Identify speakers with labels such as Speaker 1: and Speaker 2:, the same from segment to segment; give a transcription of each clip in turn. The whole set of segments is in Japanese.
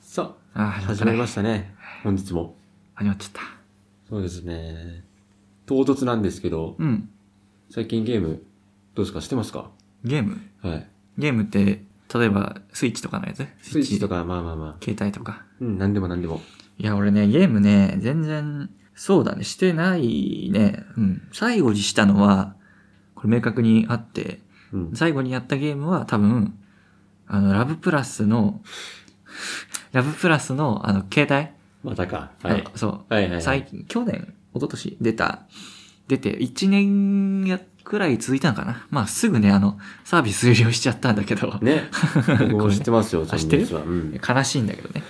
Speaker 1: さ
Speaker 2: あー
Speaker 1: あ、始
Speaker 2: 始ま
Speaker 1: ま
Speaker 2: り
Speaker 1: り
Speaker 2: ま
Speaker 1: ま
Speaker 2: し
Speaker 1: したね。本日も。
Speaker 2: 始まっちゃった。
Speaker 1: そうですね。唐突なんですけど、
Speaker 2: うん。
Speaker 1: 最近ゲーム、どうですかしてますか
Speaker 2: ゲーム
Speaker 1: はい。
Speaker 2: ゲームって、例えばスイッチとかのやつ
Speaker 1: スイッチと
Speaker 2: か。
Speaker 1: か、まあまあまあ。
Speaker 2: 携帯とか。
Speaker 1: うん、なんでもなんでも。
Speaker 2: いや、俺ね、ゲームね、全然、そうだね、してないね。うん。最後にしたのは、これ明確にあって、
Speaker 1: うん。
Speaker 2: 最後にやったゲームは多分、あの、ラブプラスの、ラブプラスの、あの、携帯
Speaker 1: またか。はい。
Speaker 2: あのそう。
Speaker 1: はいはい、は
Speaker 2: 最
Speaker 1: い。
Speaker 2: 近、去年、一昨年出た、出て、1年やくらい続いたのかな。まあ、すぐね、あの、サービス終了しちゃったんだけど、
Speaker 1: ね。僕も知ってますよ、
Speaker 2: これ
Speaker 1: そのニュースは。うん。
Speaker 2: 悲しいんだけどね。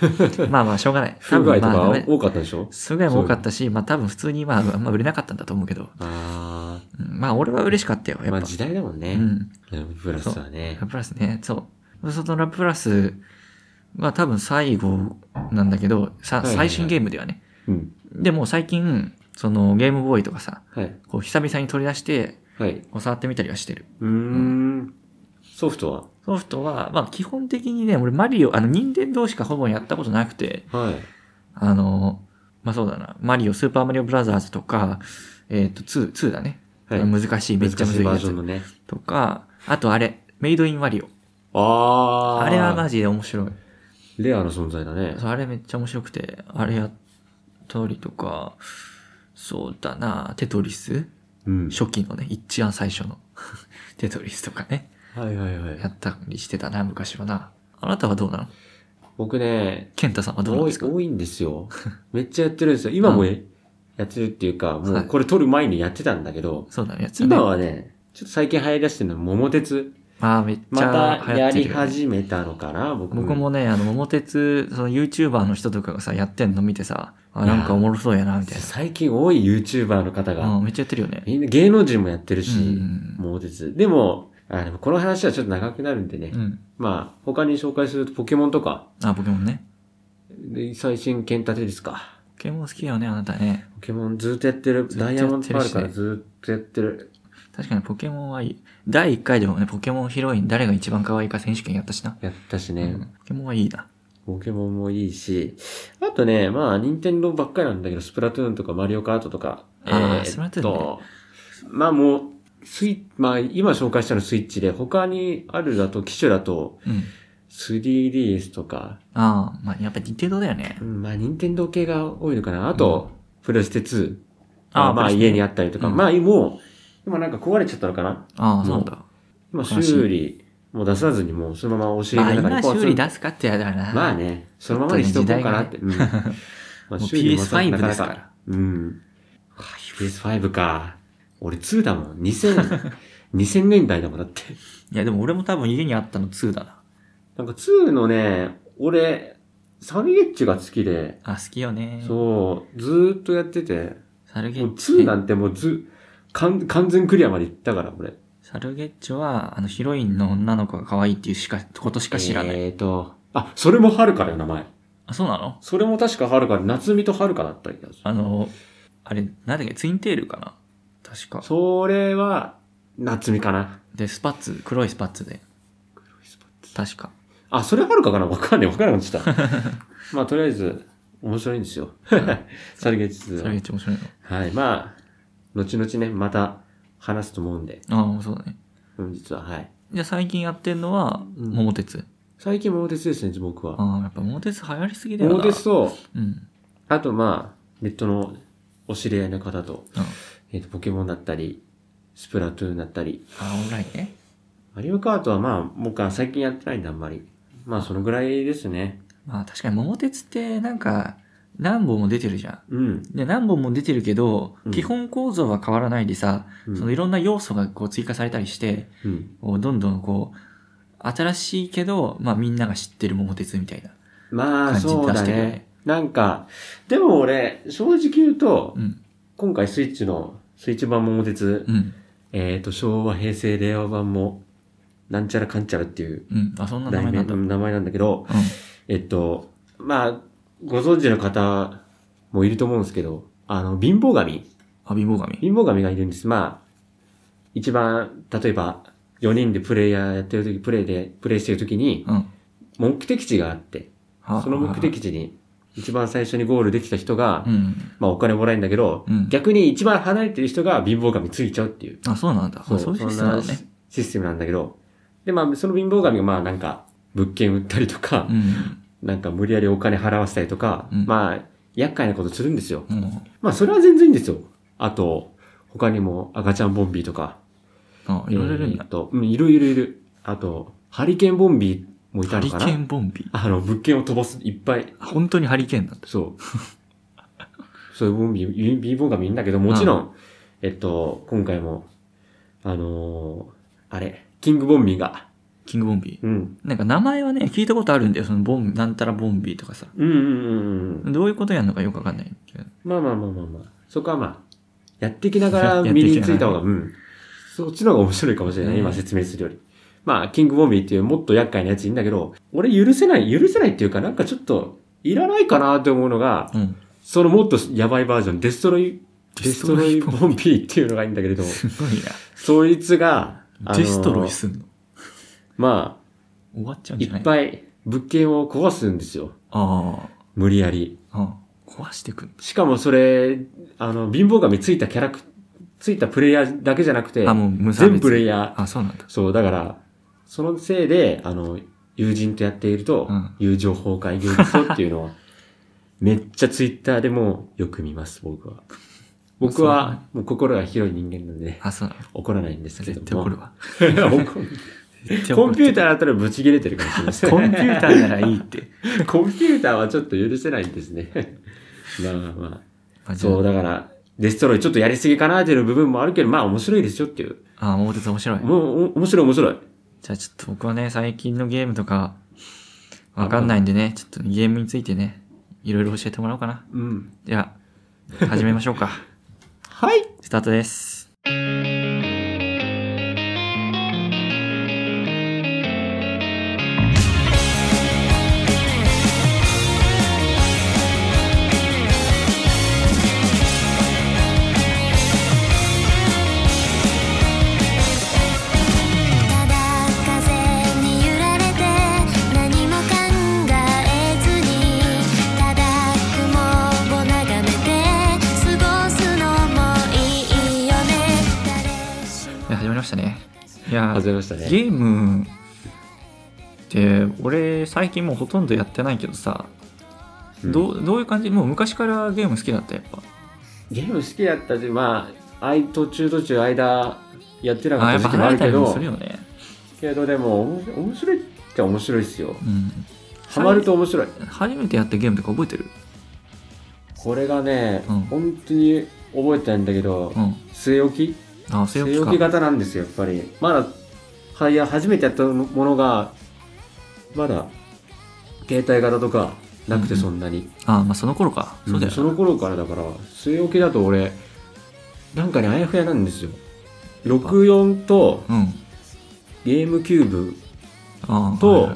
Speaker 2: まあまあ、しょうがない。多
Speaker 1: 不具合
Speaker 2: 分
Speaker 1: と
Speaker 2: まあ、
Speaker 1: か
Speaker 2: ね、
Speaker 1: 多かったでしょ
Speaker 2: すごいも多かったし、まあ多分普通にまあ、あんま売れなかったんだと思うけど、
Speaker 1: あ
Speaker 2: うんまあ俺は嬉しかったよ、やっ
Speaker 1: あ。
Speaker 2: ぱ。
Speaker 1: まあ時代だもん
Speaker 2: う
Speaker 1: ね。
Speaker 2: ん。
Speaker 1: ラブプラスはね
Speaker 2: ラ。ブプラスね、そう。そのラブプラスは多分最後なんだけど、さ
Speaker 1: はいはいはい
Speaker 2: 最新ゲームではね。
Speaker 1: うん。
Speaker 2: でも最近、そのゲームボーイとかさ、
Speaker 1: はい。
Speaker 2: こう久々に取り出して、
Speaker 1: はい。
Speaker 2: こう触ってみたりはしてる。
Speaker 1: うーん。ソフト
Speaker 2: ソフトは、まあ基本的にね、俺マリオ、あの、任天堂しかほぼやったことなくて、
Speaker 1: ははい。
Speaker 2: あの、まあそうだな、マリオ、スーパーマリオブラザーズとか、えっ、と、2、2だね。
Speaker 1: はい。
Speaker 2: 難しい、めっちゃ
Speaker 1: 難
Speaker 2: む
Speaker 1: し
Speaker 2: ず
Speaker 1: い
Speaker 2: い
Speaker 1: バー
Speaker 2: や
Speaker 1: ジョンの
Speaker 2: つ。
Speaker 1: ね。
Speaker 2: とか、あとあれ、メイドインマリオ。
Speaker 1: ああ。
Speaker 2: あれはマジで面白い。
Speaker 1: レアな存在だね。
Speaker 2: そうあれめっちゃ面白くて、あれやったりとか、そうだな、テトリス
Speaker 1: うん。
Speaker 2: 初期のね、一番最初の テトリスとかね、
Speaker 1: はいはいは
Speaker 2: や
Speaker 1: い。
Speaker 2: ったりしてたな、昔はな。あなたはどうなの
Speaker 1: 僕ね、
Speaker 2: 健太さんはどうなん
Speaker 1: 多
Speaker 2: で
Speaker 1: い
Speaker 2: す、か
Speaker 1: 多いんです よ。めっちゃやってるんですよ。今もやってるっていうか、もうこれ撮る前にやってたんだけど、
Speaker 2: そうだね、やつね
Speaker 1: 今。はね、ちょっと最近流行り出してるのは桃鉄。
Speaker 2: まあめっち
Speaker 1: ま
Speaker 2: ゃ
Speaker 1: た
Speaker 2: 流行
Speaker 1: や
Speaker 2: って
Speaker 1: り
Speaker 2: るよね、
Speaker 1: 始めたのかな、僕も。
Speaker 2: 僕もね、あの、桃鉄、その YouTuber の人とかがさ、やってんの見てさ、あ、なんかおもろそうやな、みたい
Speaker 1: 最近多い YouTuber の方
Speaker 2: な。
Speaker 1: が、
Speaker 2: うん、めっちゃやってるよね。
Speaker 1: みんな芸能人もやってる
Speaker 2: う
Speaker 1: し、
Speaker 2: ん
Speaker 1: 桃鉄。でも、あでもこの話はちょっと長くなるんでね
Speaker 2: う。ん。
Speaker 1: まあ、他に紹介するとポケモンとか、
Speaker 2: あ、ポケモンね。
Speaker 1: で最新剣立てですか。
Speaker 2: ポケモン好きだよね、あなたね。
Speaker 1: ポケモンずっとやってる。
Speaker 2: ずっと
Speaker 1: ダ
Speaker 2: やってるしね
Speaker 1: イヤモンドパールからずっとやってる。
Speaker 2: 確かにポケモンはいい。第1回でもね、ポケモンヒロイン誰が一番可愛いか選手権やったしな。
Speaker 1: やったしね。
Speaker 2: うんポケモンはいいな。
Speaker 1: ポケモンもいいし。あとね、まあ、任天堂ばっかりなんだけど、スプラトゥーンとかマリオカートとか。
Speaker 2: あー
Speaker 1: っと
Speaker 2: スプラトゥーンね
Speaker 1: まあもう、スイまあ今紹介したのスイッチで、他にあるだと、機種だと、
Speaker 2: うん。
Speaker 1: 3DS とか、
Speaker 2: ああ、まあ、やっぱり程度だよね
Speaker 1: う。んまあ任天堂系が多いのかな。あと、プレステ2。
Speaker 2: あ
Speaker 1: あま
Speaker 2: プ
Speaker 1: あ
Speaker 2: レステ
Speaker 1: 家にあったりとか。
Speaker 2: うん
Speaker 1: まあもう、今なんか壊れちゃったのかな
Speaker 2: ああ、そうなんだ。
Speaker 1: 今
Speaker 2: 悲しい
Speaker 1: 修理もう出さずにもうそのまま教え
Speaker 2: まあ、
Speaker 1: の中
Speaker 2: 今
Speaker 1: にポン
Speaker 2: 修理出すかってやだよな。
Speaker 1: まあね、そのままにしておこうかなって。うん まあ
Speaker 2: もう
Speaker 1: 修理もさ
Speaker 2: PS5
Speaker 1: なな
Speaker 2: ですから。
Speaker 1: うん。PS5 か。俺2だもん。2000、2000年代だもんだって。
Speaker 2: いや、でも俺も多分家にあったの2だな。
Speaker 1: なんか2のね、俺、サルゲッチが好きで、
Speaker 2: あ、好きよね。
Speaker 1: そう、ずーっとやってて、
Speaker 2: サルゲ
Speaker 1: もう
Speaker 2: ッチね。
Speaker 1: 2なんてもうず、完完全クリアまで行ったから、俺。
Speaker 2: サルゲッチョは、あの、ヒロインの女の子が可愛いっていうしか、ことしか知らない。
Speaker 1: えーと、あ、それもはるかだよ、名前。
Speaker 2: あ、そうなの
Speaker 1: それも確かはるかで、夏美とはるかだったりだ
Speaker 2: あの、あれ、なんだっけ、ツインテールかな確か。
Speaker 1: それは、夏美かな。
Speaker 2: で、スパッツ、黒いスパッツで。確か。
Speaker 1: あ、それはるかかなわかんねえ、わかんなくなっちゃった。 まあ、とりあえず、面白いんですよ。サルゲッチ
Speaker 2: サルゲッチョ面白いの。
Speaker 1: はい、まあ、後々ね、また話すと思うんで、
Speaker 2: ああ、そうだね。
Speaker 1: うん実は、はい。
Speaker 2: じゃあ最近やってんのは、
Speaker 1: うん
Speaker 2: 桃鉄。
Speaker 1: 最近、桃鉄ですね、僕は。
Speaker 2: ああ、やっぱ桃鉄流行りすぎだよな。
Speaker 1: 桃鉄と、
Speaker 2: うん。
Speaker 1: あと、まあ、ネットのお知り合いの方と、
Speaker 2: うん
Speaker 1: えっ、と、ポケモンだったり、スプラトゥーンだったり、
Speaker 2: あオンラインね。
Speaker 1: マリオカートはまあ、僕は最近やってないんで、あんまり。まあ、そのぐらいですね。
Speaker 2: まあ確かに桃鉄って、なんか、何本も出てるじゃん。
Speaker 1: うん。
Speaker 2: で、何本も出てるけど、
Speaker 1: うん
Speaker 2: 基本構造は変わらないでさ、
Speaker 1: うん
Speaker 2: そのいろんな要素がこう追加されたりして、
Speaker 1: うん。
Speaker 2: こうどんどんこう、新しいけど、まあみんなが知ってる桃鉄みたいな。
Speaker 1: まあ、
Speaker 2: 感じ
Speaker 1: そう
Speaker 2: 出
Speaker 1: だ
Speaker 2: してるよ
Speaker 1: ね
Speaker 2: ね。
Speaker 1: なんか、でも俺、正直言うと、
Speaker 2: うん。
Speaker 1: 今回スイッチの、スイッチ版桃鉄、
Speaker 2: うん。
Speaker 1: えっ、と、昭和、平成、令和版も、なんちゃらかんちゃらっていう
Speaker 2: うん。あ、そんな名
Speaker 1: 題
Speaker 2: 前
Speaker 1: 名
Speaker 2: なんだ。
Speaker 1: の
Speaker 2: うん。
Speaker 1: 名前なんだけど、えっと、まあ、ご存知の方もいると思うんですけど、あの、貧乏神
Speaker 2: あ、貧乏神。
Speaker 1: 貧乏神がいるんです。まあ、一番、例えば、4人でプレイヤーやってるとき、プレイで、プレイしてるときに、
Speaker 2: うん。
Speaker 1: 目的地があって、
Speaker 2: あ
Speaker 1: その目的地に一番最初にゴールできた人が、
Speaker 2: うん。
Speaker 1: まあお金もらえるんだけど、
Speaker 2: うん
Speaker 1: 逆に一番離れてる人が貧乏神ついちゃうっていう。
Speaker 2: あ、そうなんだ。そうそういうシステムなんだ
Speaker 1: そん
Speaker 2: ね
Speaker 1: な。システムなんだけど、で、まあその貧乏神がまあなんか物件売ったりとか
Speaker 2: う、ん。
Speaker 1: なんか無理やりお金払わせたりとか、
Speaker 2: うん
Speaker 1: まあ厄介なことするんですよ。
Speaker 2: も
Speaker 1: まあそれは全然いいんですよ。あと、他にも赤ちゃんボンビーとか、
Speaker 2: う、あいろいろいるんだ
Speaker 1: えー。と、うん、いろいろいる。あと、ハリケーンボンビーもいた
Speaker 2: ハ
Speaker 1: の
Speaker 2: リケ
Speaker 1: か
Speaker 2: ー
Speaker 1: な
Speaker 2: ンボンビー。
Speaker 1: あの、物件を飛ばす、いっぱい。
Speaker 2: あ本当にハリケーンなんだ
Speaker 1: そう。そういうボンビー、貧乏神いるんだけど、もちろん、えっと、今回も、あのーあれ、キングボンビーが、
Speaker 2: キングボンビ
Speaker 1: うん。
Speaker 2: ー。なんか名前はね、聞いたことあるんだよ。そのボン、なんたらボンビーとかさ。
Speaker 1: うんうんうんうん。
Speaker 2: どういうことやるのかよくわかんないけど。
Speaker 1: まあまあまあまあまあ。そこはまあ、やっていきなが
Speaker 2: や
Speaker 1: ら
Speaker 2: っていきながら
Speaker 1: 身についた方が、うん。そっちの方が面白いかもしれない。
Speaker 2: うん
Speaker 1: 今説明するより。まあ、キングボンビーっていうもっと厄介なやついるんだけど、俺許せない、許せないっていうか、なんかちょっと、いらないかなって思うのが、
Speaker 2: うん。
Speaker 1: そのもっとやばいバージョン、デストロイ、デストロイボンビーっていうのがいいんだけれど、
Speaker 2: すごい
Speaker 1: そいつが、あの
Speaker 2: な。デストロイすんの
Speaker 1: ま
Speaker 2: 終わっちゃう
Speaker 1: あ、
Speaker 2: ん
Speaker 1: い
Speaker 2: じゃな
Speaker 1: っ
Speaker 2: いい。
Speaker 1: ぱい物件を壊すんですよ。
Speaker 2: あ
Speaker 1: 無理やり。
Speaker 2: あ。うん壊してくん
Speaker 1: しかもそれ、あの、貧乏神ついたキャラク、ついたプレイヤーだけじゃなくて、
Speaker 2: あ、もう無差別。
Speaker 1: 全プレイヤ
Speaker 2: あ、そうなん
Speaker 1: ー。。
Speaker 2: だ
Speaker 1: そう、だから、そのせいで、あの、友人とやっていると、
Speaker 2: うん
Speaker 1: 友情崩壊現象っていう のは、めっちゃツイッターでもよく見ます、僕は。僕は、もう心が広い人間なんで、
Speaker 2: あ、そうなんだ。
Speaker 1: 怒らないんですけ
Speaker 2: 絶
Speaker 1: ど
Speaker 2: 対
Speaker 1: も。
Speaker 2: 怒るわ。
Speaker 1: 怒るコンピューターだったらブチ切れてるかもしれ
Speaker 2: コ
Speaker 1: な
Speaker 2: ン
Speaker 1: い。
Speaker 2: ピューターならいいって。
Speaker 1: コンピューターはちょっと許せないんですね。 まあまあま
Speaker 2: まあ
Speaker 1: あ。 そう、だから、デストロイちょっとやりすぎかなっていう部分もあるけど、まあ面白いですよっていう。
Speaker 2: あ、もう一つ面白い。
Speaker 1: もう、お面白い面白い。
Speaker 2: じゃあちょっと僕はね、最近のゲームとか、わかんないんでね、ちょっとゲームについてね、いろいろ教えてもらおうかな。
Speaker 1: うん。
Speaker 2: じゃあ、始めまし ょうか。
Speaker 1: はい。
Speaker 2: スタートです。
Speaker 3: 「ただ風に揺られて何も考えずに」「ただ雲を眺めて過ごすのもいいよね」「誰しも
Speaker 2: いや、始まりましたね。いや、
Speaker 1: 始めましたね。
Speaker 2: ゲームって、俺、最近もうほとんどやってないけどさ、
Speaker 1: うん
Speaker 2: どうどういう感じもう昔からゲーム好きだった、やっぱ。
Speaker 1: ゲーム好きだったし、まあ、あい途中途中間やってな
Speaker 2: あ、
Speaker 1: か
Speaker 2: や
Speaker 1: っ
Speaker 2: っ
Speaker 1: 時期
Speaker 2: たぱ
Speaker 1: もあ
Speaker 2: 離れ
Speaker 1: る
Speaker 2: た
Speaker 1: け
Speaker 2: りも
Speaker 1: ど
Speaker 2: する、よね。
Speaker 1: けどでも、おも面白いっちゃ面白いですよ。
Speaker 2: うん。
Speaker 1: ハマると面白い。
Speaker 2: 初めてやったゲームとか覚えてる
Speaker 1: これがね、
Speaker 2: うん
Speaker 1: 本当に覚えてないんだけど
Speaker 2: う、ん。
Speaker 1: 据え置き
Speaker 2: あ、そう
Speaker 1: 据
Speaker 2: い
Speaker 1: え
Speaker 2: う
Speaker 1: 置き
Speaker 2: か。
Speaker 1: 型なんですよ、やっぱり。まだ、はい、初めてやったものが、まだ、携帯型とか、なくて
Speaker 2: うん
Speaker 1: そんなに。
Speaker 2: あ、まあその頃か。そうだ
Speaker 1: んそ
Speaker 2: よな。
Speaker 1: の頃からだから、据え置きだと俺、なんかね、あやふやなんですよ。64と、
Speaker 2: うん。
Speaker 1: ゲームキューブ、
Speaker 2: あ
Speaker 1: と
Speaker 2: はいはいはい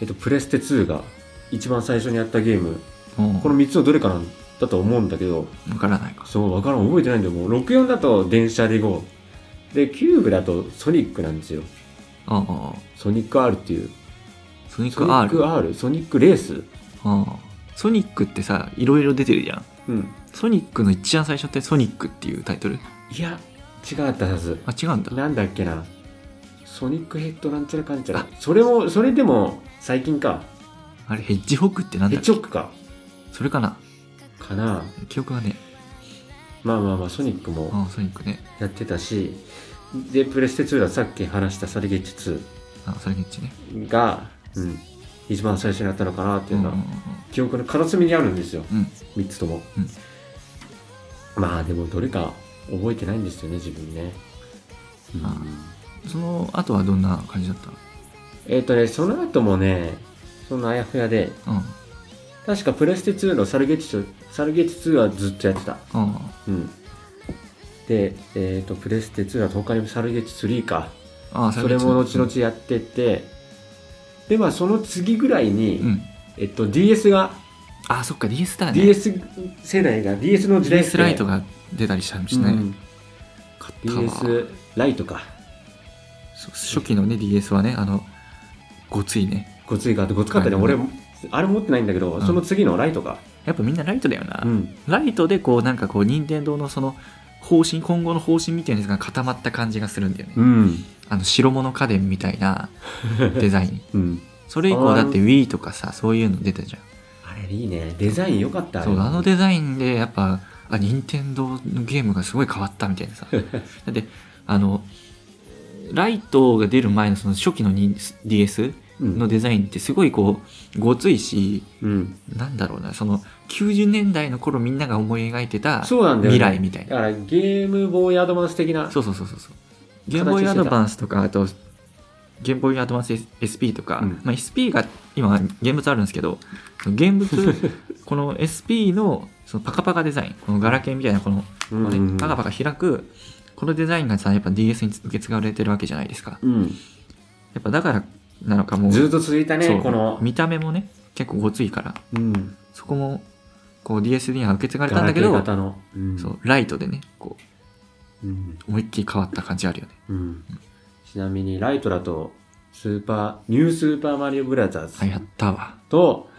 Speaker 1: えっと、プレステ2が、一番最初にやったゲーム、
Speaker 2: うん
Speaker 1: この3つのどれかなんだと思うんだけど、
Speaker 2: わからないか。
Speaker 1: そう、わからん、覚えてないんだよ。もう、64だと電車で行こう。で、キューブだとソニックなんですよ。
Speaker 2: ああ、
Speaker 1: ソニック R っていう。
Speaker 2: ソニッ
Speaker 1: ソ
Speaker 2: ク
Speaker 1: ニッ
Speaker 2: R。
Speaker 1: ク
Speaker 2: あ
Speaker 1: R、ソニックレース。
Speaker 2: あソニックってさ、いろいろ出てるじゃん。
Speaker 1: うん。
Speaker 2: ソニックの一番最初ってソニックっていうタイトル
Speaker 1: いや、違ったはず。
Speaker 2: あ、違うんだ。
Speaker 1: なんだっけな。ソニックヘッドなんちゃらかんちゃら。それも、それでも、最近か。
Speaker 2: あれ、ヘッジホックってなん
Speaker 1: ヘ
Speaker 2: だ
Speaker 1: ッ
Speaker 2: っ
Speaker 1: ジ
Speaker 2: け
Speaker 1: ホックか。
Speaker 2: それかな
Speaker 1: かな。
Speaker 2: 記憶がね。
Speaker 1: まあまあまあ、ソニックも
Speaker 2: ああ、ソニックね。
Speaker 1: やってたし、で、プレステ2だとさっき話したサルゲッチ
Speaker 2: あそれゲッチね。
Speaker 1: 2が、うん、一番最初にやったのかなっていううんの
Speaker 2: うん
Speaker 1: は、記憶の片隅にあるんですよ。
Speaker 2: うん。
Speaker 1: 3つとも、
Speaker 2: うん
Speaker 1: まあでもどれか覚えてないんですよね自分ね、うん
Speaker 2: あうんその後はどんな感じだった
Speaker 1: えっ、とねその後もねそのあやふやで
Speaker 2: うん。あ
Speaker 1: 確かプレステ2のサルゲッチとサルゲッチ2はずっとやってた
Speaker 2: あ。
Speaker 1: うんで、えっとプレステ2は他にもサルゲッチ3か
Speaker 2: ああ、
Speaker 1: それも後々
Speaker 2: 々。
Speaker 1: やってて、でまあその次ぐらいに、
Speaker 2: うん。
Speaker 1: えっと DS が、
Speaker 2: あ、そっか、DS だね。
Speaker 1: DS 世代が DS の時代っ
Speaker 2: DS
Speaker 1: て
Speaker 2: ライトが出たりしたんですね。
Speaker 1: うん
Speaker 2: 買ったわ
Speaker 1: DS ライトか
Speaker 2: そう初期のね DS はねあのごついね
Speaker 1: ごついかってごつかったね、
Speaker 2: はい
Speaker 1: 俺あれ持ってないんだけど、
Speaker 2: うん
Speaker 1: その次のライトか。
Speaker 2: やっぱみんなライトだよな。
Speaker 1: うん。
Speaker 2: ライトでこうなんかこう任天堂のその方針今後の方針みたいなやつが固まった感じがするんだよね、
Speaker 1: うん。
Speaker 2: あの白物家電みたいなデザイ ン
Speaker 1: うん。
Speaker 2: それ以降だって Wii とかさそういうの出たじゃ
Speaker 1: あれいいね。デザイン良かった。
Speaker 2: んそうあの
Speaker 1: で。
Speaker 2: デザインでやっぱあ任天堂のゲームがすごい変わったみたい なさだってあのライトが出る前のその初期のに DS
Speaker 1: うん。
Speaker 2: のデザインってすごいこうごついし
Speaker 1: うん。
Speaker 2: なんだろうなその90年代の頃みんなが思い描いてた
Speaker 1: そうなんだよ、ね。
Speaker 2: 未来みたいな
Speaker 1: だからゲームボーイアドバンス的な。
Speaker 2: そうそうそうそうそう。ゲームボーイアドバンスとか、あと、ゲームボーイアドバンス SP とか、
Speaker 1: うん
Speaker 2: まあ、SP が今、現物あるんですけど、現物、 この SP のそのパカパカデザイン、このガラケーみたいな、この、
Speaker 1: うんうんうん
Speaker 2: パカパカ開く、このデザインがさ、やっぱ DS に受け継がれてるわけじゃないですか。
Speaker 1: うん。
Speaker 2: やっぱだからなのかもう、
Speaker 1: ずっと続いた
Speaker 2: そ
Speaker 1: ね
Speaker 2: う、
Speaker 1: この。
Speaker 2: 見た目もね、結構ごついから、
Speaker 1: うん。
Speaker 2: そこも、こう DS には受け継がれた
Speaker 1: ガ
Speaker 2: ん
Speaker 1: ラ
Speaker 2: だ
Speaker 1: ケ
Speaker 2: け
Speaker 1: ー
Speaker 2: ど、
Speaker 1: 型の。うん
Speaker 2: そう、ライトでね、こ
Speaker 1: うん。
Speaker 2: う、思いっきり変わった感じあるよね。
Speaker 1: うん。ちなみに、ライトだと、スーパー、ニュースーパーマリオブラザーズ
Speaker 2: あ、やったわ。
Speaker 1: と、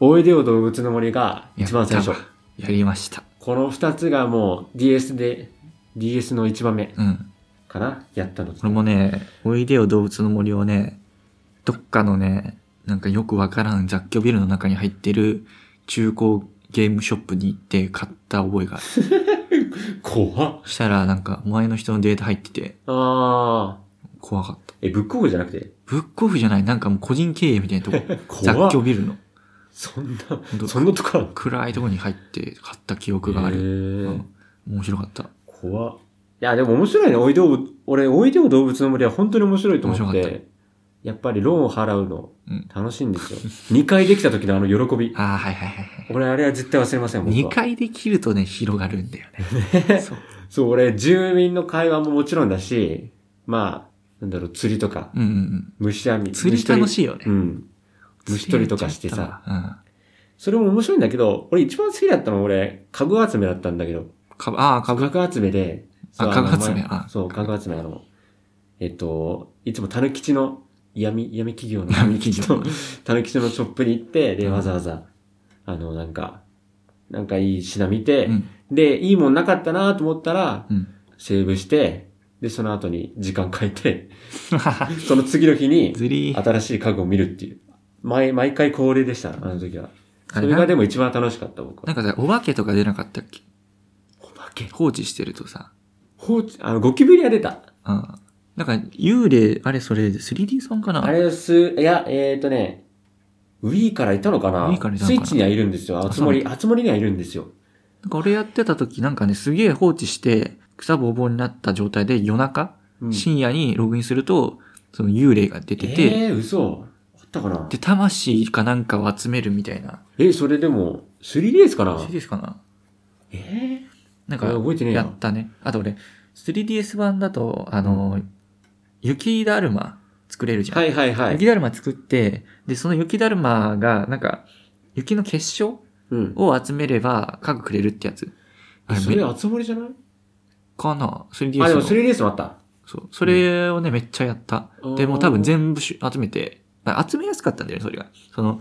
Speaker 1: おいでよ動物の森が一番最
Speaker 2: や
Speaker 1: 初
Speaker 2: った。わやりました。
Speaker 1: この二つがもう DS で、DS の一番目
Speaker 2: うん。
Speaker 1: かなやったの。
Speaker 2: これもね、おいでよ動物の森をね、どっかのね、なんかよくわからん雑居ビルの中に入ってる中古ゲームショップに行って買った覚えがある。
Speaker 1: 怖っ。
Speaker 2: したらなんか前の人のデータ入ってて
Speaker 1: あー。
Speaker 2: 怖かった。
Speaker 1: え、ブックオフじゃなくて
Speaker 2: ブックオフじゃない、なんかもう個人経営みたい なとこ。雑
Speaker 1: っ
Speaker 2: 居ビルの。
Speaker 1: そん
Speaker 2: ほん
Speaker 1: な、
Speaker 2: と
Speaker 1: そんなとこある
Speaker 2: 暗いとこに入って買った記憶があ
Speaker 1: へ
Speaker 2: る。
Speaker 1: ー
Speaker 2: うん面白かった。
Speaker 1: 怖っ。いや、でも面白いね。おいでよ、俺、おいでよ動物の森は本当に面白いと思っ
Speaker 2: 面白か
Speaker 1: て、やっぱりローンを払うの
Speaker 2: うん、
Speaker 1: 楽しいんですよ。2回できた時のあの喜び。
Speaker 2: ああ、はいはいはいはい。
Speaker 1: 俺、あれは絶対忘れません、僕は
Speaker 2: 2回できるとね、広がるんだよ ね。そう。
Speaker 1: そう、俺、住民の会話ももちろんだし、まあ、なんだろう、釣りとか、
Speaker 2: うんうんうん。
Speaker 1: 虫網。
Speaker 2: 釣り楽しいよね
Speaker 1: 虫。取りうん。虫取りとかして
Speaker 2: 釣りやっ
Speaker 1: さ。
Speaker 2: ちゃったわ。
Speaker 1: それも面白いんだけど、俺一番好きだったのは俺、家具集めだったんだけど、
Speaker 2: うん。かああ、
Speaker 1: 家
Speaker 2: かぶ。
Speaker 1: 具集めで、
Speaker 2: あ
Speaker 1: そう
Speaker 2: 家具
Speaker 1: の
Speaker 2: 集め
Speaker 1: 前
Speaker 2: あ
Speaker 1: そう、家具集めあの、えっと、いつもたぬきちの、闇、闇企業の、
Speaker 2: 闇企業
Speaker 1: と、たぬきちのショップに行って、で、
Speaker 2: うん
Speaker 1: わざわざ、あの、なんか、なんかいい品見て
Speaker 2: う、ん。
Speaker 1: で、いいもんなかったなと思ったら
Speaker 2: う、ん。
Speaker 1: セーブして、で、その後に時間変えて、その次の日に
Speaker 2: ずりー。
Speaker 1: 新しい家具を見るっていう。毎、毎回恒例でした、あの時は。
Speaker 2: あ
Speaker 1: そ
Speaker 2: れ
Speaker 1: れ
Speaker 2: な
Speaker 1: がでも一番楽しかった、僕
Speaker 2: な
Speaker 1: は。
Speaker 2: んかさ、お化けとか出なかったっけ
Speaker 1: お化け
Speaker 2: 放置してるとさ、
Speaker 1: 放置、あの、ゴキブリは出た。
Speaker 2: あなんか幽霊、あれそれ 3D さんかな
Speaker 1: あれす、いや、えっ、ー、とね、ウィーからいたのかな
Speaker 2: Wii からいた
Speaker 1: ス
Speaker 2: のか
Speaker 1: イ
Speaker 2: な
Speaker 1: ッチにはいるんですよ。あつ森、あつ森にはいるんですよ。
Speaker 2: なんか俺やってた時なんかね、すげえ放置して、草ぼうぼうになった状態で夜中、
Speaker 1: うん
Speaker 2: 深夜にログインすると、その幽霊が出てて、
Speaker 1: えー、嘘。あったかな
Speaker 2: で、魂かなんかを集めるみたいな。
Speaker 1: え、それでも、3DS かな
Speaker 2: 3DS かな
Speaker 1: えー、
Speaker 2: なん
Speaker 1: い
Speaker 2: か
Speaker 1: や、覚えてねえ
Speaker 2: や
Speaker 1: や
Speaker 2: っ。たね。あと俺、3DS 版だと、あの、雪だるま作れるじゃん。
Speaker 1: はいはいはい。
Speaker 2: 雪だるま作って、で、その雪だるまが、なんか、雪の結晶
Speaker 1: うん。
Speaker 2: を集めれば、家具くれるってやつ。あ
Speaker 1: え
Speaker 2: れ
Speaker 1: それ
Speaker 2: め、
Speaker 1: あつ森じゃない
Speaker 2: かな ?3DS
Speaker 1: あ、で
Speaker 2: の
Speaker 1: も 3DS もあった。
Speaker 2: そう。それをね、めっちゃやった。で、もう多分全部し集めて、あ集めやすかったんだよね、それが。その、